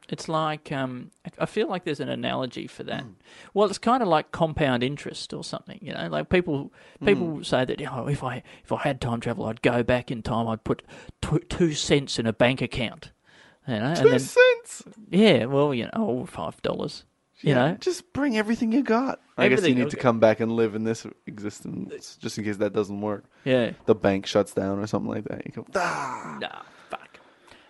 Speaker 1: It's like um, I- I feel like there's an analogy for that. Well, it's kind of like compound interest or something, you know. Like people people say that oh, if I if I had time travel, I'd go back in time. I'd put two, two cents in a bank account, you know.
Speaker 2: Two
Speaker 1: and then
Speaker 2: cents.
Speaker 1: yeah, well, you know, oh, five dollars, you
Speaker 2: Yeah,
Speaker 1: know.
Speaker 2: just bring everything you got. I guess you
Speaker 1: Everything,
Speaker 2: need to
Speaker 1: okay.
Speaker 2: come back and live in this existence, just in case that doesn't work.
Speaker 1: Yeah.
Speaker 2: The bank shuts down or something like that. You go, ah,
Speaker 1: Nah, fuck.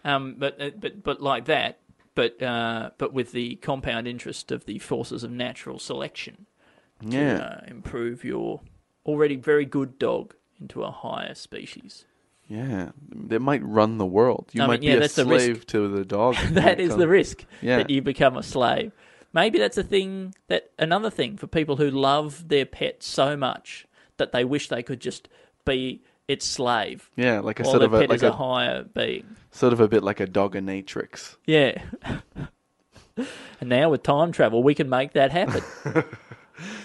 Speaker 1: Um, but uh, but but like that, but uh, but with the compound interest of the forces of natural selection to
Speaker 2: Yeah.
Speaker 1: uh, improve your already very good dog into a higher species.
Speaker 2: Yeah, they might run the world. You
Speaker 1: I mean,
Speaker 2: might
Speaker 1: yeah,
Speaker 2: be a
Speaker 1: that's the risk.
Speaker 2: slave to the dog.
Speaker 1: That is the risk
Speaker 2: Yeah.
Speaker 1: that you become a slave. Maybe that's a thing that another thing for people who love their pet so much that they wish they could just be its slave.
Speaker 2: Yeah, like a
Speaker 1: while
Speaker 2: sort
Speaker 1: their
Speaker 2: of a,
Speaker 1: pet
Speaker 2: like
Speaker 1: is a,
Speaker 2: a
Speaker 1: higher being.
Speaker 2: sort of a bit like a doganatrix.
Speaker 1: Yeah. and now with time travel, we can make that happen.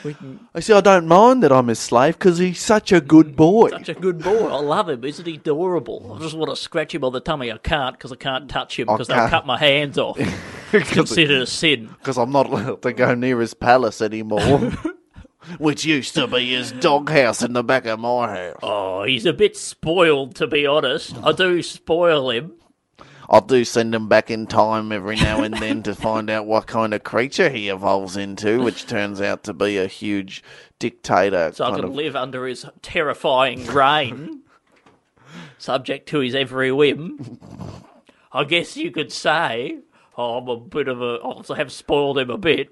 Speaker 1: we can,
Speaker 2: I see. I don't mind that I'm his slave because he's such a good boy.
Speaker 1: such a good boy. I love him. Isn't he adorable? I just want to scratch him on the tummy. I can't because I can't touch him
Speaker 2: I
Speaker 1: because they'll
Speaker 2: can't.
Speaker 1: cut my hands off. it's considered a sin.
Speaker 2: Because I'm not allowed to go near his palace anymore, which used to be his doghouse in the back of my house.
Speaker 1: Oh, he's a bit spoiled, to be honest. I do spoil him.
Speaker 2: I do send him back in time every now and then to find out what kind of creature he evolves into, which turns out to be a huge dictator.
Speaker 1: So I
Speaker 2: kind
Speaker 1: can
Speaker 2: of
Speaker 1: live under his terrifying reign, subject to his every whim. I guess you could say oh, I'm a bit of a. I have spoiled him a bit.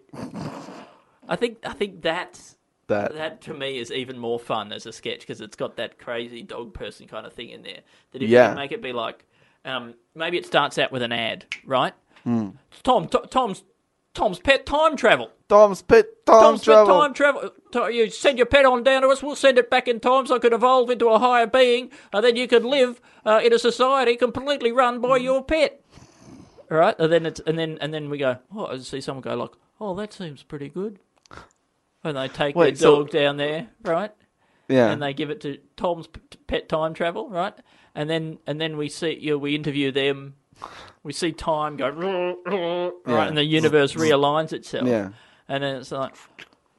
Speaker 1: I think. I think that's
Speaker 2: that.
Speaker 1: that to me is even more fun as a sketch because it's got that crazy dog person kind of thing in there. That if you
Speaker 2: Yeah.
Speaker 1: can make it be like, um, maybe it starts out with an ad, right?
Speaker 2: Hmm.
Speaker 1: Tom, to, Tom's, Tom's pet time travel.
Speaker 2: Tom's pit. Tom's,
Speaker 1: Tom's
Speaker 2: trouble.
Speaker 1: pet time travel. To- You send your pet on down to us. We'll send it back in time so it could evolve into a higher being, and then you could live uh, in a society completely run by your pet. All right, and then it's and then and then we go. Oh, I see someone go like, oh, that seems pretty good. And they take
Speaker 2: Wait,
Speaker 1: their
Speaker 2: so-
Speaker 1: dog down there, right?
Speaker 2: Yeah.
Speaker 1: and they give it to Tom's p- t- pet time travel, right? And then and then we see you know, we interview them. We see time go right,
Speaker 2: Yeah.
Speaker 1: and the universe realigns itself.
Speaker 2: Mm. Yeah.
Speaker 1: and then it's like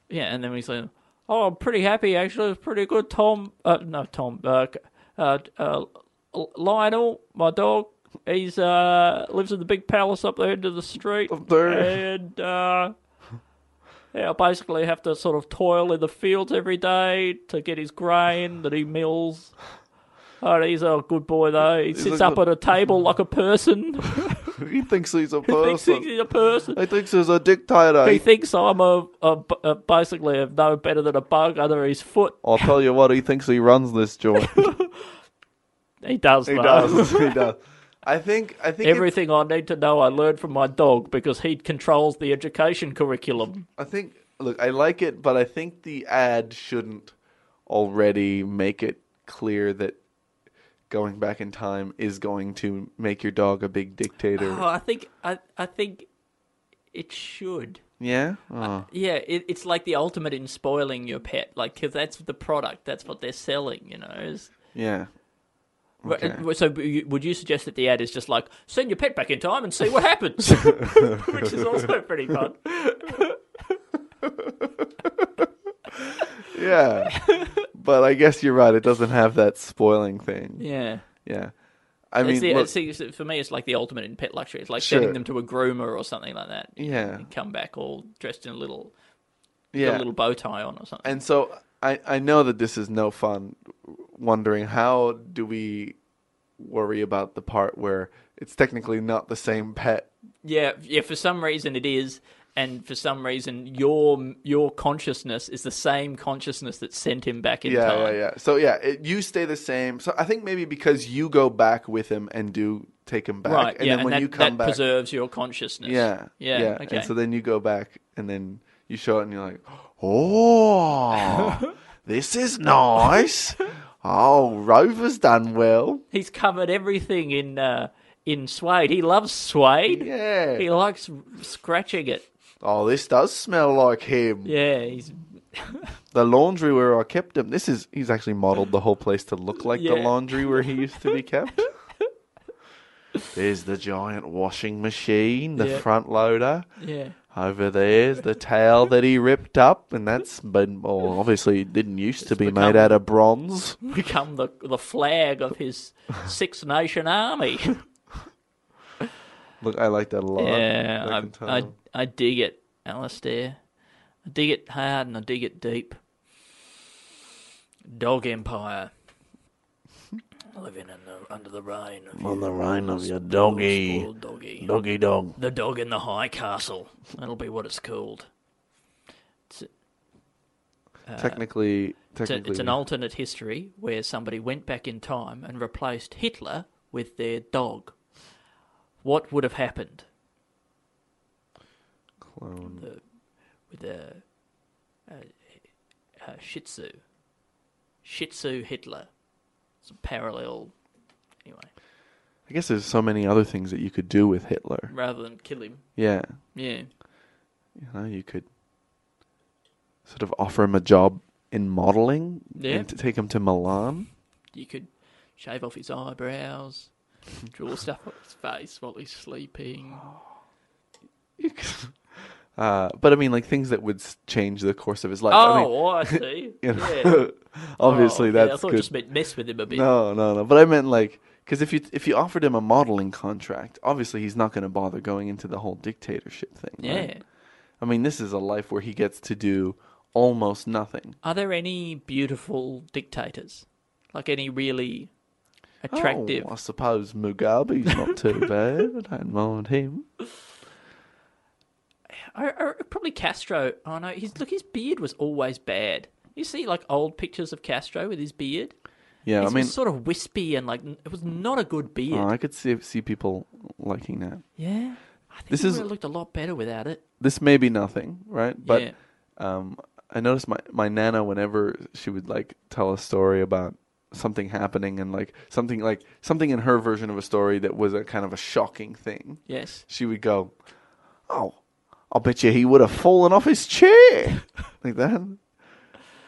Speaker 1: yeah, and then we say, oh, I'm pretty happy actually. It was pretty good. Tom, uh, no, Tom, uh, c- uh, uh, L- Lionel, my dog. He's uh lives in the big palace up there into the street,
Speaker 2: Up there.
Speaker 1: and uh, yeah, I basically have to sort of toil in the fields every day to get his grain that he mills. Oh, he's a good boy though. He sits
Speaker 2: a
Speaker 1: up at
Speaker 2: good-
Speaker 1: a table like a person.
Speaker 2: he thinks he's a
Speaker 1: he thinks
Speaker 2: person.
Speaker 1: he's a person.
Speaker 2: He thinks he's a dictator.
Speaker 1: He thinks I'm a, a, bu- a basically a, no better than a bug under his foot.
Speaker 2: I'll tell you what, he thinks he runs this joint.
Speaker 1: He does.
Speaker 2: he
Speaker 1: though.
Speaker 2: does. He does. I think. I think. Every-
Speaker 1: Everything I need to know, I learned from my dog because he controls the education curriculum.
Speaker 2: I think. Look, I like it, but I think the ad shouldn't already make it clear that going back in time is going to make your dog a big dictator.
Speaker 1: Oh, I think I, I think it should.
Speaker 2: yeah. Oh.
Speaker 1: Yeah, it, it's like the ultimate in spoiling your pet. Like, 'cause that's the product. That's what they're selling. You know. Is,
Speaker 2: Yeah.
Speaker 1: Right,
Speaker 2: Okay.
Speaker 1: uh, So, b- you- would you suggest that the ad is just like send your pet back in time and see what happens, which is also pretty fun.
Speaker 2: Yeah. but I guess you're right. It doesn't have that spoiling thing.
Speaker 1: Yeah.
Speaker 2: Yeah. I mean,
Speaker 1: it's the,
Speaker 2: look-
Speaker 1: it's- it's- for me, it's like the ultimate in pet luxury. It's like
Speaker 2: Sure.
Speaker 1: sending them to a groomer or something like that. you know,
Speaker 2: Yeah.
Speaker 1: and come back all dressed in a little, got
Speaker 2: yeah.
Speaker 1: a little bow tie on or something.
Speaker 2: and so I, I know that this is no fun wondering how do we worry about the part where it's technically not the same pet
Speaker 1: Yeah, yeah. For some reason, it is, and for some reason, your your consciousness is the same consciousness that sent him back in
Speaker 2: yeah
Speaker 1: time.
Speaker 2: yeah yeah so yeah it, you stay the same so i think maybe because you go back with him and do take him back
Speaker 1: Right,
Speaker 2: and
Speaker 1: yeah,
Speaker 2: then
Speaker 1: and
Speaker 2: when
Speaker 1: that,
Speaker 2: you come
Speaker 1: that
Speaker 2: back
Speaker 1: preserves your consciousness.
Speaker 2: yeah
Speaker 1: yeah, okay.
Speaker 2: and so then you go back and then you show it and you're like oh this is nice oh rover's done well
Speaker 1: He's covered everything in uh, in suede. He loves suede.
Speaker 2: Yeah.
Speaker 1: he likes scratching it.
Speaker 2: oh this does smell like him
Speaker 1: Yeah, he's
Speaker 2: the laundry where I kept him. This is he's actually modeled the whole place to look like the
Speaker 1: Yeah.
Speaker 2: laundry where he used to be kept. There's the giant washing machine, the
Speaker 1: Yeah.
Speaker 2: front loader.
Speaker 1: yeah.
Speaker 2: Over there's the towel that he ripped up, and that's been well, obviously it didn't used to be made
Speaker 1: become-
Speaker 2: out of bronze.
Speaker 1: become the the flag of his Six Nation army.
Speaker 2: Look, I like that a lot. Back
Speaker 1: yeah,
Speaker 2: in
Speaker 1: I, I
Speaker 2: time.
Speaker 1: I dig it, Alistair. I dig it hard and I dig it deep. Dog Empire. Living in the, under the rain.
Speaker 4: on the rein of your doggy,
Speaker 1: doggy.
Speaker 4: doggy dog.
Speaker 1: The dog in the high castle. That'll be what it's called. It's,
Speaker 2: technically,
Speaker 1: Uh, it's, a,
Speaker 2: technically,
Speaker 1: it's an alternate history where somebody went back in time and replaced Hitler with their dog. What would have happened?
Speaker 2: clone.
Speaker 1: with a, a, a Shih Tzu. Shih Tzu Hitler. It's a parallel. Anyway,
Speaker 2: I guess there's so many other things that you could do with Hitler.
Speaker 1: rather than kill him.
Speaker 2: Yeah,
Speaker 1: Yeah.
Speaker 2: you know, you could sort of offer him a job in modeling
Speaker 1: Yeah.
Speaker 2: and to take him to Milan.
Speaker 1: You could shave off his eyebrows, draw stuff on his face while he's sleeping.
Speaker 2: You could- uh, but I mean, like things that would s- change the course of his life. I mean,
Speaker 1: Oh, I see. Yeah.
Speaker 2: you know, obviously
Speaker 1: Oh, yeah, I
Speaker 2: that's
Speaker 1: thought
Speaker 2: good.
Speaker 1: it just meant mess with him a bit.
Speaker 2: No, no, no. But I meant like because if you if you offered him a modeling contract, obviously he's not going to bother going into the whole dictatorship thing.
Speaker 1: yeah.
Speaker 2: right? I mean, this is a life where he gets to do almost nothing.
Speaker 1: Are there any beautiful dictators? Like any really attractive?
Speaker 2: Oh, I suppose Mugabe's not too bad. I don't mind him.
Speaker 1: Or, or probably Castro. Oh no, his look, his beard was always bad. You see, like old pictures of Castro with his beard.
Speaker 2: Yeah,
Speaker 1: It
Speaker 2: I mean,
Speaker 1: was sort of wispy and like n- it was not a good beard.
Speaker 2: oh, I could see see people liking that.
Speaker 1: Yeah, I think
Speaker 2: This
Speaker 1: he
Speaker 2: is-
Speaker 1: would have looked a lot better without it.
Speaker 2: This may be nothing, right? But
Speaker 1: yeah,
Speaker 2: um, I noticed my my nana whenever she would like tell a story about something happening and like something like something in her version of a story that was a kind of a shocking thing.
Speaker 1: yes,
Speaker 2: She would go, "Oh, I bet you he would have fallen off his chair like that."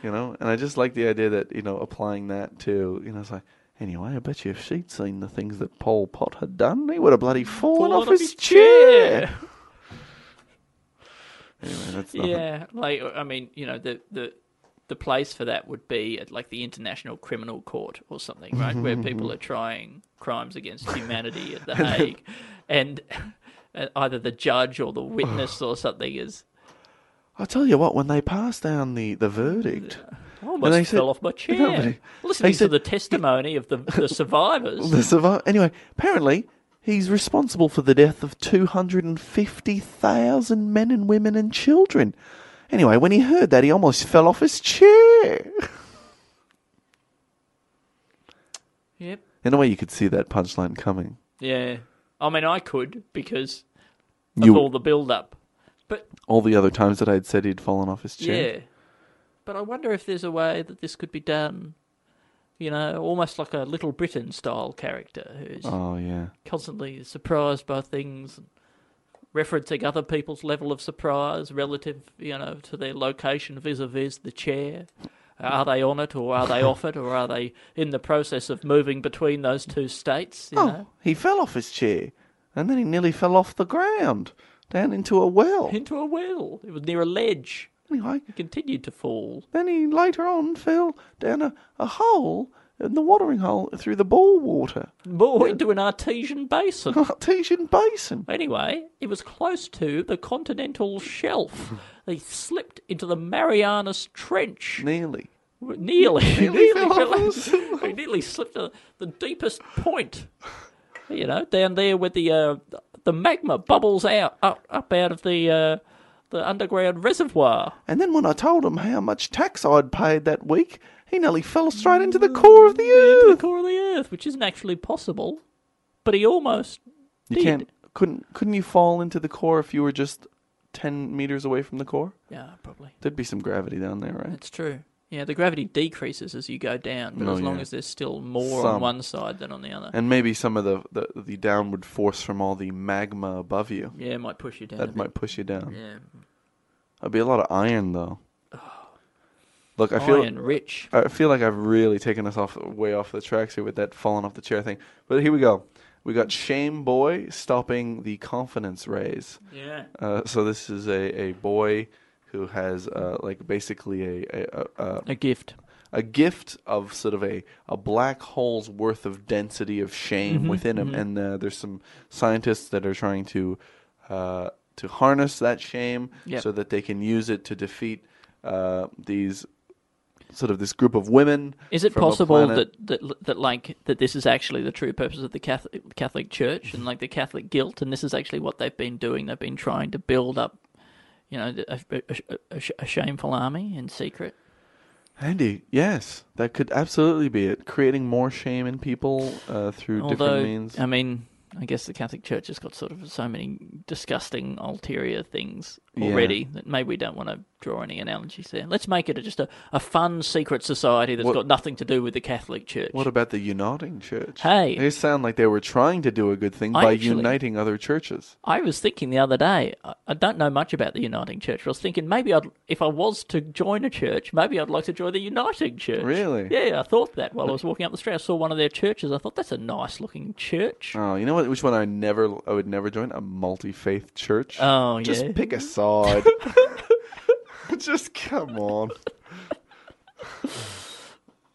Speaker 2: You know, and I just like the idea that you know applying that to you know it's like. Anyway, I bet you if she'd seen the things that Paul Pot had done, he would have bloody fallen,
Speaker 1: Fallen
Speaker 2: off, his, chair. anyway, that's not
Speaker 1: yeah. Like uh, I mean, you know, the the the place for that would be at like the International Criminal Court or something, right, where people are trying crimes against humanity at the Hague, and, and either the judge or the witness or something is
Speaker 2: I tell you what, when they passed down the, the verdict,
Speaker 1: I almost
Speaker 2: Oh, they
Speaker 1: fell
Speaker 2: said-
Speaker 1: off my chair.
Speaker 2: No, but he-
Speaker 1: Listening
Speaker 2: they said-
Speaker 1: to the testimony of the, the survivors.
Speaker 2: the survi- Anyway, apparently he's responsible for the death of two hundred and fifty thousand men and women and children. Anyway, when he heard that, he almost fell off his chair.
Speaker 1: yep.
Speaker 2: In a way, you could see that punchline coming.
Speaker 1: Yeah. I mean, I could because of
Speaker 2: You
Speaker 1: all the build-up, but
Speaker 2: all the other times that I'd said he'd fallen off his chair.
Speaker 1: yeah. But I wonder if there's a way that this could be done. You know, almost like a Little Britain style character who's
Speaker 2: Oh yeah.
Speaker 1: constantly surprised by things, referencing other people's level of surprise relative, you know, to their location vis-a-vis the chair. Are they on it, or are they off it, or are they in the process of moving between those two states? You
Speaker 2: Oh,
Speaker 1: know,
Speaker 2: he fell off his chair, and then he nearly fell off the ground down into a well.
Speaker 1: into a well. It was near a ledge.
Speaker 2: Anyway,
Speaker 1: It continued to fall.
Speaker 2: Then he later on fell down a, a hole in the watering hole through the ball water,
Speaker 1: More into an artesian basin.
Speaker 2: Artesian Basin.
Speaker 1: Anyway, it was close to the continental shelf. They slipped into the Marianas Trench.
Speaker 2: Nearly.
Speaker 1: Nearly, nearly,
Speaker 2: fell
Speaker 1: fell
Speaker 2: off.
Speaker 1: off. He nearly slipped to the deepest point. You know, down there where the uh, the magma bubbles out up, up out of the uh, the underground reservoir.
Speaker 2: And then when I told him how much tax I'd paid that week, he nearly fell straight into the core of the
Speaker 1: Into the
Speaker 2: earth.
Speaker 1: core of the earth, which isn't actually possible, but he almost
Speaker 2: You
Speaker 1: did.
Speaker 2: can't. Couldn't couldn't you fall into the core if you were just ten meters away from the core?
Speaker 1: Yeah, probably.
Speaker 2: There'd be some gravity down there, right?
Speaker 1: That's true. Yeah, the gravity decreases as you go down, but
Speaker 2: Oh,
Speaker 1: as long
Speaker 2: yeah.
Speaker 1: as there's still more
Speaker 2: Some.
Speaker 1: on one side than on the other,
Speaker 2: And maybe some of the, the, the downward force from all the magma above you.
Speaker 1: yeah, it might push you down. a
Speaker 2: That
Speaker 1: bit.
Speaker 2: might push you down.
Speaker 1: Yeah,
Speaker 2: That'd be a lot of iron, though. Look, I feel
Speaker 1: iron rich.
Speaker 2: I feel like I've really taken us off way off the tracks here with that falling off the chair thing. But here we go. We got Shame Boy stopping the confidence raise.
Speaker 1: Yeah,
Speaker 2: Uh, so this is a, a boy who has uh, like basically a a, a, a
Speaker 1: a gift.
Speaker 2: a gift of sort of a, a black hole's worth of density of shame
Speaker 1: Mm-hmm,
Speaker 2: within him, and uh, there's some scientists that are trying to uh, to harness that shame
Speaker 1: Yep.
Speaker 2: so that they can use it to defeat uh, these sort of this group of women.
Speaker 1: Is it
Speaker 2: from a
Speaker 1: possible
Speaker 2: planet-
Speaker 1: that, that that like that this is actually the true purpose of the Catholic Catholic Church and like the Catholic guilt, and this is actually what they've been doing? They've been trying to build up, you know, a, a- a- a shameful army in secret.
Speaker 2: Andy? Yes, that could absolutely be it. Creating more shame in people uh, through
Speaker 1: Although, um,
Speaker 2: different means.
Speaker 1: I mean, I guess the Catholic Church has got sort of so many disgusting ulterior things
Speaker 2: Yeah.
Speaker 1: already that maybe we don't want to draw any analogies there. Let's make it a, just a, a fun secret society that's
Speaker 2: What-
Speaker 1: got nothing to do with the Catholic Church.
Speaker 2: What about the uniting church?
Speaker 1: Hey.
Speaker 2: they sound like they were trying to do a good thing
Speaker 1: I
Speaker 2: by
Speaker 1: actually-
Speaker 2: uniting other churches.
Speaker 1: I was thinking the other day. I- I don't know much about the Uniting Church. But I was thinking maybe I'd, if I was to join a church, maybe I'd like to join the Uniting Church.
Speaker 2: Really?
Speaker 1: Yeah, I thought that while I was walking up the street. I saw one of their churches. I thought that's a nice looking church.
Speaker 2: Oh, you know what? Which one I never, I would never join a multi-faith church.
Speaker 1: Oh,
Speaker 2: just
Speaker 1: yeah.
Speaker 2: pick a side. just come on.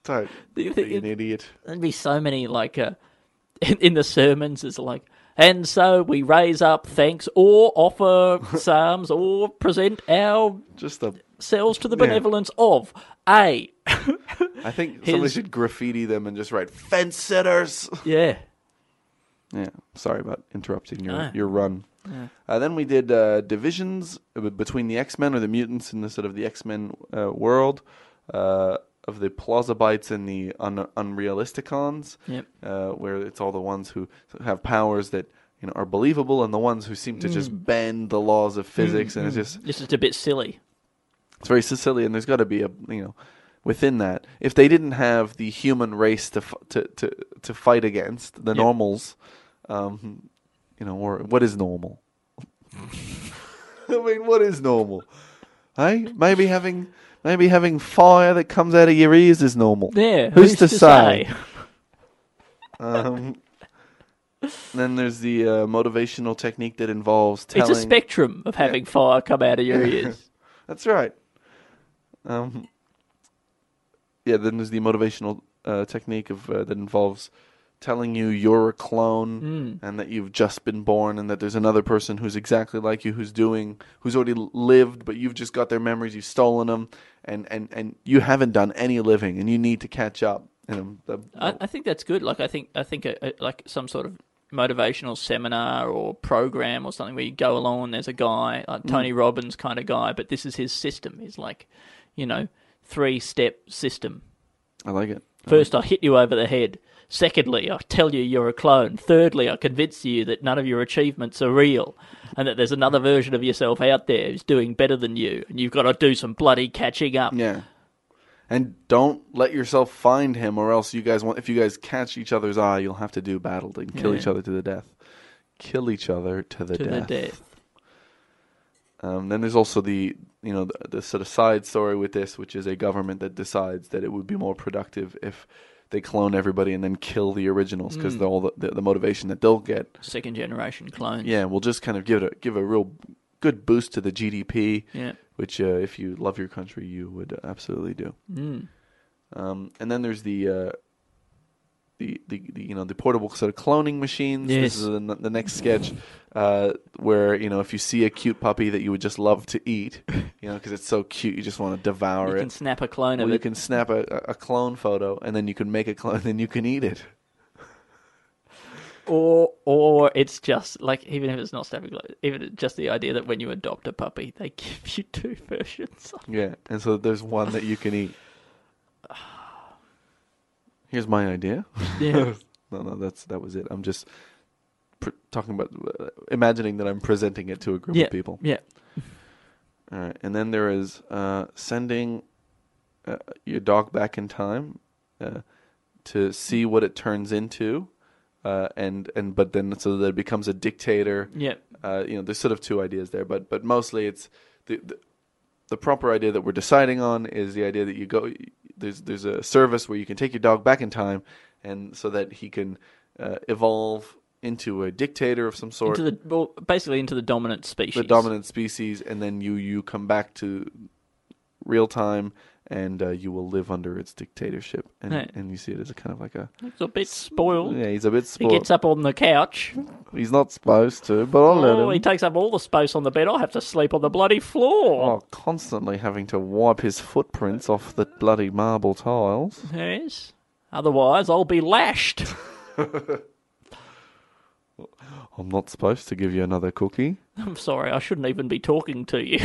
Speaker 2: Don't
Speaker 1: Do you think
Speaker 2: be an idiot.
Speaker 1: There'd be so many like uh, in, in the sermons. It's like. And so we raise up thanks or offer psalms or present ourselves
Speaker 2: Just a.
Speaker 1: to the benevolence of A.
Speaker 2: I think somebody
Speaker 1: His-
Speaker 2: should graffiti them and just write fence sitters.
Speaker 1: yeah.
Speaker 2: Yeah, sorry about interrupting your
Speaker 1: Ah.
Speaker 2: your run. Uh, then we did uh, divisions b- between the X Men or the mutants in the sort of the X Men uh, world uh, of the Plausibites and the un- Unrealisticons,
Speaker 1: Yep.
Speaker 2: uh, where it's all the ones who have powers that you know are believable and the ones who seem
Speaker 1: Mm.
Speaker 2: to just bend the laws of physics, and it's just
Speaker 1: This is a bit silly.
Speaker 2: it's very Sicilian. There's got to be a you know within that. If they didn't have the human race to f- to to to fight against the normals, um, you know, or what is normal? I mean, what is normal? Hey, maybe having maybe having fire that comes out of your ears is normal.
Speaker 1: Yeah.
Speaker 2: who's, to, say? Um, then there's the uh, motivational technique that involves telling.
Speaker 1: It's a spectrum of having fire come out of your ears.
Speaker 2: That's right. Um, yeah, then there's the motivational uh, technique of uh, that involves telling you you're a clone and that you've just been born and that there's another person who's exactly like you who's doing who's already l- lived but you've just got their memories you've stolen them and and and you haven't done any living and you need to catch up and um, the,
Speaker 1: I, I think that's good. Like I think I think a, a, like some sort of motivational seminar or program or something where you go along and there's a guy like
Speaker 2: Mm.
Speaker 1: Tony Robbins kind of guy, but this is his system. He's like, you know, three step system.
Speaker 2: I like it
Speaker 1: First, I hit you over the head. Secondly, I tell you you're a clone. Thirdly, I convince you that none of your achievements are real and that there's another version of yourself out there who's doing better than you and you've got to do some bloody catching up.
Speaker 2: yeah and don't let yourself find him or else you guys want if you guys catch each other's eye you'll have to do battle and kill each other to the death kill each other to the
Speaker 1: to
Speaker 2: death,
Speaker 1: the death.
Speaker 2: Um, then there's also the you know the, the sort of side story with this which is a government that decides that it would be more productive if they clone everybody and then kill the originals because
Speaker 1: Mm.
Speaker 2: all the, the, the motivation that they'll get
Speaker 1: Second generation clones.
Speaker 2: yeah will just kind of give it a, give a real good boost to the gdp
Speaker 1: Yeah.
Speaker 2: which uh, if you love your country you would absolutely do
Speaker 1: Mm.
Speaker 2: um, and then there's the, uh, the the the you know the portable sort of cloning machines
Speaker 1: Yes.
Speaker 2: this is the, the next sketch uh, where you know if you see a cute puppy that you would just love to eat you know because it's so cute you just want to devour
Speaker 1: You
Speaker 2: it
Speaker 1: can snap a clone
Speaker 2: well,
Speaker 1: of
Speaker 2: you
Speaker 1: it.
Speaker 2: can snap a, a- a clone photo and then you can make a clone and then you can eat it
Speaker 1: Or or it's just like even if it's not snapping clone, even it's just the idea that when you adopt a puppy, they give you two versions. of-
Speaker 2: Yeah, and so there's one that you can eat. Here's my idea.
Speaker 1: Yeah.
Speaker 2: no, no, that's that was it. I'm just pr- talking about uh, imagining that I'm presenting it to a group
Speaker 1: yeah.
Speaker 2: of people.
Speaker 1: Yeah.
Speaker 2: All right, and then there is uh, sending uh, your dog back in time uh, to see what it turns into, uh, and and but then so that it becomes a dictator
Speaker 1: Yeah.
Speaker 2: uh, you know, there's sort of two ideas there, but but mostly it's the, the the proper idea that we're deciding on is the idea that you go there's there's a service where you can take your dog back in time, and so that he can uh, evolve into a dictator of some sort,
Speaker 1: Into the well, basically into the dominant species.
Speaker 2: the dominant species, and then you you come back to real time and uh, you will live under its dictatorship. And,
Speaker 1: Right.
Speaker 2: and you see it as a kind of like a
Speaker 1: It's a bit spoiled.
Speaker 2: yeah, he's a bit
Speaker 1: He
Speaker 2: spoiled.
Speaker 1: gets up on the couch.
Speaker 2: He's not supposed to, but I'll let
Speaker 1: Oh,
Speaker 2: him.
Speaker 1: he takes up all the space on the bed. I have to sleep on the bloody floor.
Speaker 2: Oh, constantly having to wipe his footprints off the bloody marble tiles.
Speaker 1: Yes. Otherwise, I'll be lashed.
Speaker 2: I'm not supposed to give you another cookie.
Speaker 1: I'm sorry, I shouldn't even be talking to you.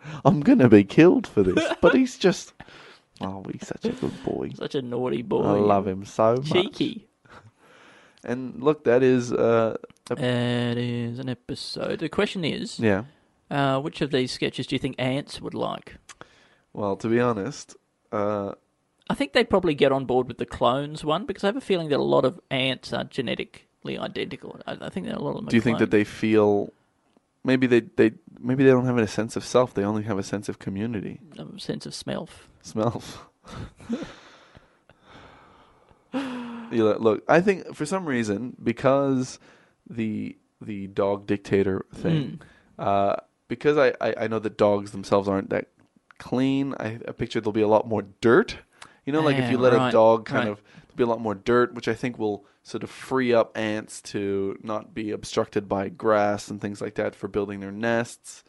Speaker 2: I'm gonna be killed for this. But he's just, oh, he's such a good boy.
Speaker 1: Such a naughty boy.
Speaker 2: I love him so much.
Speaker 1: Cheeky.
Speaker 2: And look, that is, uh, a-
Speaker 1: It is an episode. The question is,
Speaker 2: yeah.
Speaker 1: uh, which of these sketches do you think ants would like?
Speaker 2: Well, to be honest, uh,
Speaker 1: I think they'd probably get on board with the clones one because I have a feeling that a lot of ants are genetically identical. I, I think that a lot of them. Are
Speaker 2: do you think that
Speaker 1: cloned.
Speaker 2: they feel? Maybe they they maybe they don't have a sense of self. They only have a sense of community.
Speaker 1: Um, sense of smell?
Speaker 2: Smells. you look, look, I think for some reason because the the dog dictator
Speaker 1: Mm.
Speaker 2: thing, uh, because I, I I know that dogs themselves aren't that clean. I, I picture there'll be a lot more dirt. You know, like if
Speaker 1: Yeah,
Speaker 2: you let a
Speaker 1: right,
Speaker 2: dog kind
Speaker 1: right.
Speaker 2: of there'll be a lot more dirt, which I think will sort of free up ants to not be obstructed by grass and things like that for building their nests.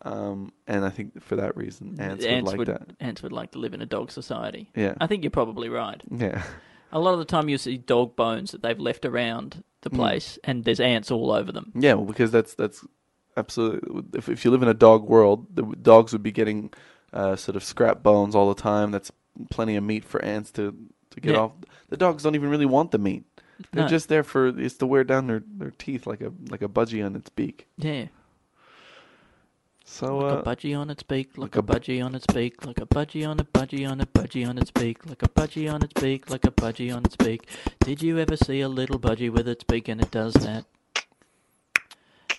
Speaker 2: Um, and I think for that reason, ants, would like that.
Speaker 1: mm. Ants would like to live in a dog society.
Speaker 2: Yeah.
Speaker 1: I think you're probably right.
Speaker 2: Yeah.
Speaker 1: A lot of the time, you see dog bones that they've left around
Speaker 2: Mm.
Speaker 1: the place, and there's ants all over them.
Speaker 2: Yeah, well, because that's that's absolutely. If, if you live in a dog world, the w- dogs would be getting uh, sort of scrap bones all the time. That's plenty of meat for ants to to get
Speaker 1: Yeah.
Speaker 2: off. The dogs don't even really want the meat. They're
Speaker 1: No.
Speaker 2: just there for it's to wear down their, their teeth like a like a budgie on its beak.
Speaker 1: Yeah.
Speaker 2: So
Speaker 1: Like
Speaker 2: uh,
Speaker 1: a budgie on its beak, like
Speaker 2: a
Speaker 1: a
Speaker 2: bu-
Speaker 1: budgie on its beak, like a budgie on a budgie on a budgie on its beak, like a budgie on its beak, like a budgie on its beak. Did you ever see a little budgie with its beak and it does that?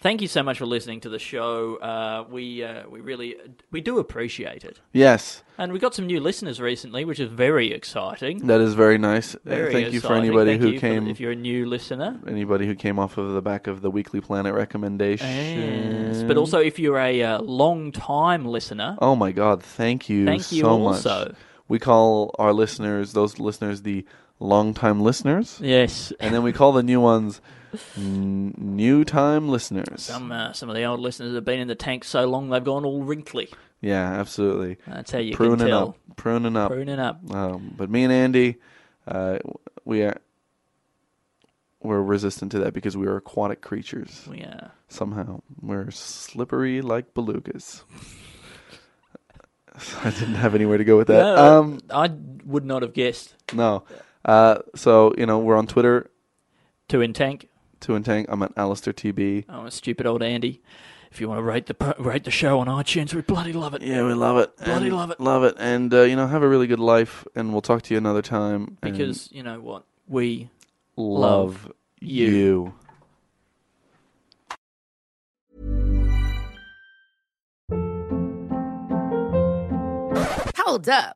Speaker 1: Thank you so much for listening to the show. Uh, we uh, we really we do appreciate it,
Speaker 2: yes,
Speaker 1: and we got some new listeners recently, which is very exciting.
Speaker 2: that is very nice. Uh,
Speaker 1: Very
Speaker 2: Thank you for
Speaker 1: exciting.
Speaker 2: anybody
Speaker 1: Thank
Speaker 2: who
Speaker 1: you for-
Speaker 2: came.
Speaker 1: if you're a new listener,
Speaker 2: Anybody who came off of the back of the Weekly Planet recommendation,
Speaker 1: yes. but also if you're a uh, long time listener,
Speaker 2: Oh my God! Thank you.
Speaker 1: Thank you
Speaker 2: so
Speaker 1: also.
Speaker 2: Much. We call our listeners, those listeners, the long-time listeners,
Speaker 1: yes,
Speaker 2: and then we call the new ones n- new-time listeners.
Speaker 1: Some uh, some of the old listeners have been in the tank so long they've gone all wrinkly.
Speaker 2: yeah, absolutely.
Speaker 1: That's how you
Speaker 2: pruning
Speaker 1: can tell.
Speaker 2: up, pruning up.
Speaker 1: Pruning up.
Speaker 2: Um, but me and Andy, uh, we are we're resistant to that because we are aquatic creatures.
Speaker 1: Yeah.
Speaker 2: Somehow, we're slippery like belugas. I didn't have anywhere to go with that.
Speaker 1: No,
Speaker 2: um,
Speaker 1: I would not have guessed
Speaker 2: No. Uh, so, you know, we're on Twitter,
Speaker 1: two in tank.
Speaker 2: to and Tank. I'm at Alistair TB.
Speaker 1: Oh, stupid old Andy. If you want to rate the pro- rate the show on iTunes, we bloody love it.
Speaker 2: Yeah, we love it.
Speaker 1: Bloody
Speaker 2: And-
Speaker 1: love it.
Speaker 2: Love it. And, uh, you know, have a really good life, and we'll talk to you another time. and
Speaker 1: Because you know what, we
Speaker 2: love,
Speaker 1: love
Speaker 2: you.
Speaker 5: Hold up.